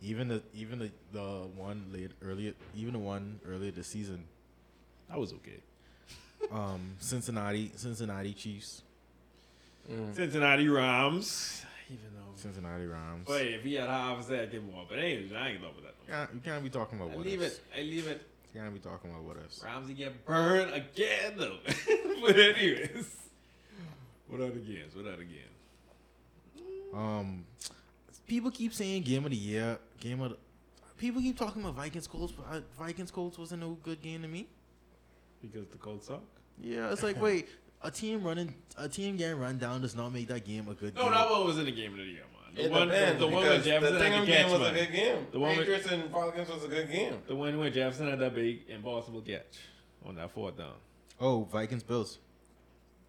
even the even the, the one late earlier even the one earlier this season
That was okay.
um Cincinnati Cincinnati Chiefs
Mm.
Cincinnati Rams. Even though,
Cincinnati Rams
but if he had half a set, give him one. But anyways, I ain't talking about that. No.
can't, you can't be talking about
more. I
what
leave
ifs.
it. I leave it.
You can't be talking about what ifs.
Ramsey get burned again though. [LAUGHS] but anyways, what other games? What other games?
Um, people keep saying game of the year, game of. The, people keep talking about Vikings Colts, but I- Vikings Colts wasn't no good game to me.
Because the Colts suck.
Yeah, it's like wait, a team running, a team getting run down does not make that game a good.
No,
game.
that one was in the game of the year, man. The
It
one,
depends,
the one with
because
Jefferson
the
had
Thingham
the
game
catch,
was
man.
a good game.
The
The
one with-
Patriots and Falcons was a good game.
The one where Jefferson had that big impossible catch on that fourth down.
Oh, Vikings Bills.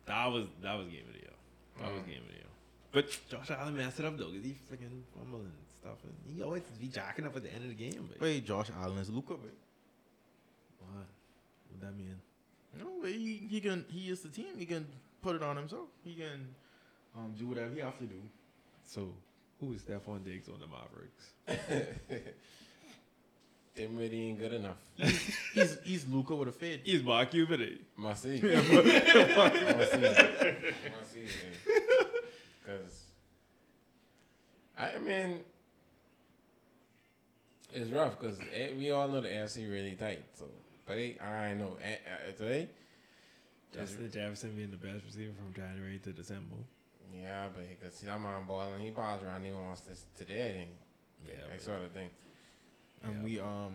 That was that was game of the year. That was game of the year. Mm. But Josh Allen messed it up though, cause he freaking fumbling and stuff, and he always be jacking up at the end of the game. But
Wait, Josh Allen is Luca. Wait.
why? What that mean?
No, but he, he can. He is the team. He can put it on himself. He can um, do whatever he have to do.
So who is Stephon Diggs on the Mavericks?
It really ain't good enough.
He's he's Luca with a fade.
He's Mark Cuban.
Must see. [LAUGHS] Must see. [LAUGHS] Must see. Because, I mean, it's rough because we all know the AFC really tight. So, but they, I know eh, eh, today.
Justin Jefferson being the best receiver from January to December.
Yeah, but he could see that man balling. He balls around. He wants this today. I think.
Yeah,
that sort of thing.
And we um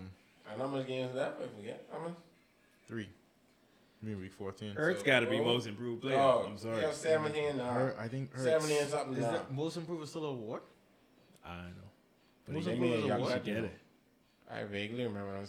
And how much games left if we get? How much?
three. Me week fourteen.
Ertz
So,
got to be
bro.
most improved player.
Oh,
I'm sorry.
We have seventeen now.
Her, I think Hurts.
Seventy and something
Is
now.
that most improved is still a award?
I know. But
Most
he,
improved is
he
a
should
what?
get it.
I vaguely remember. I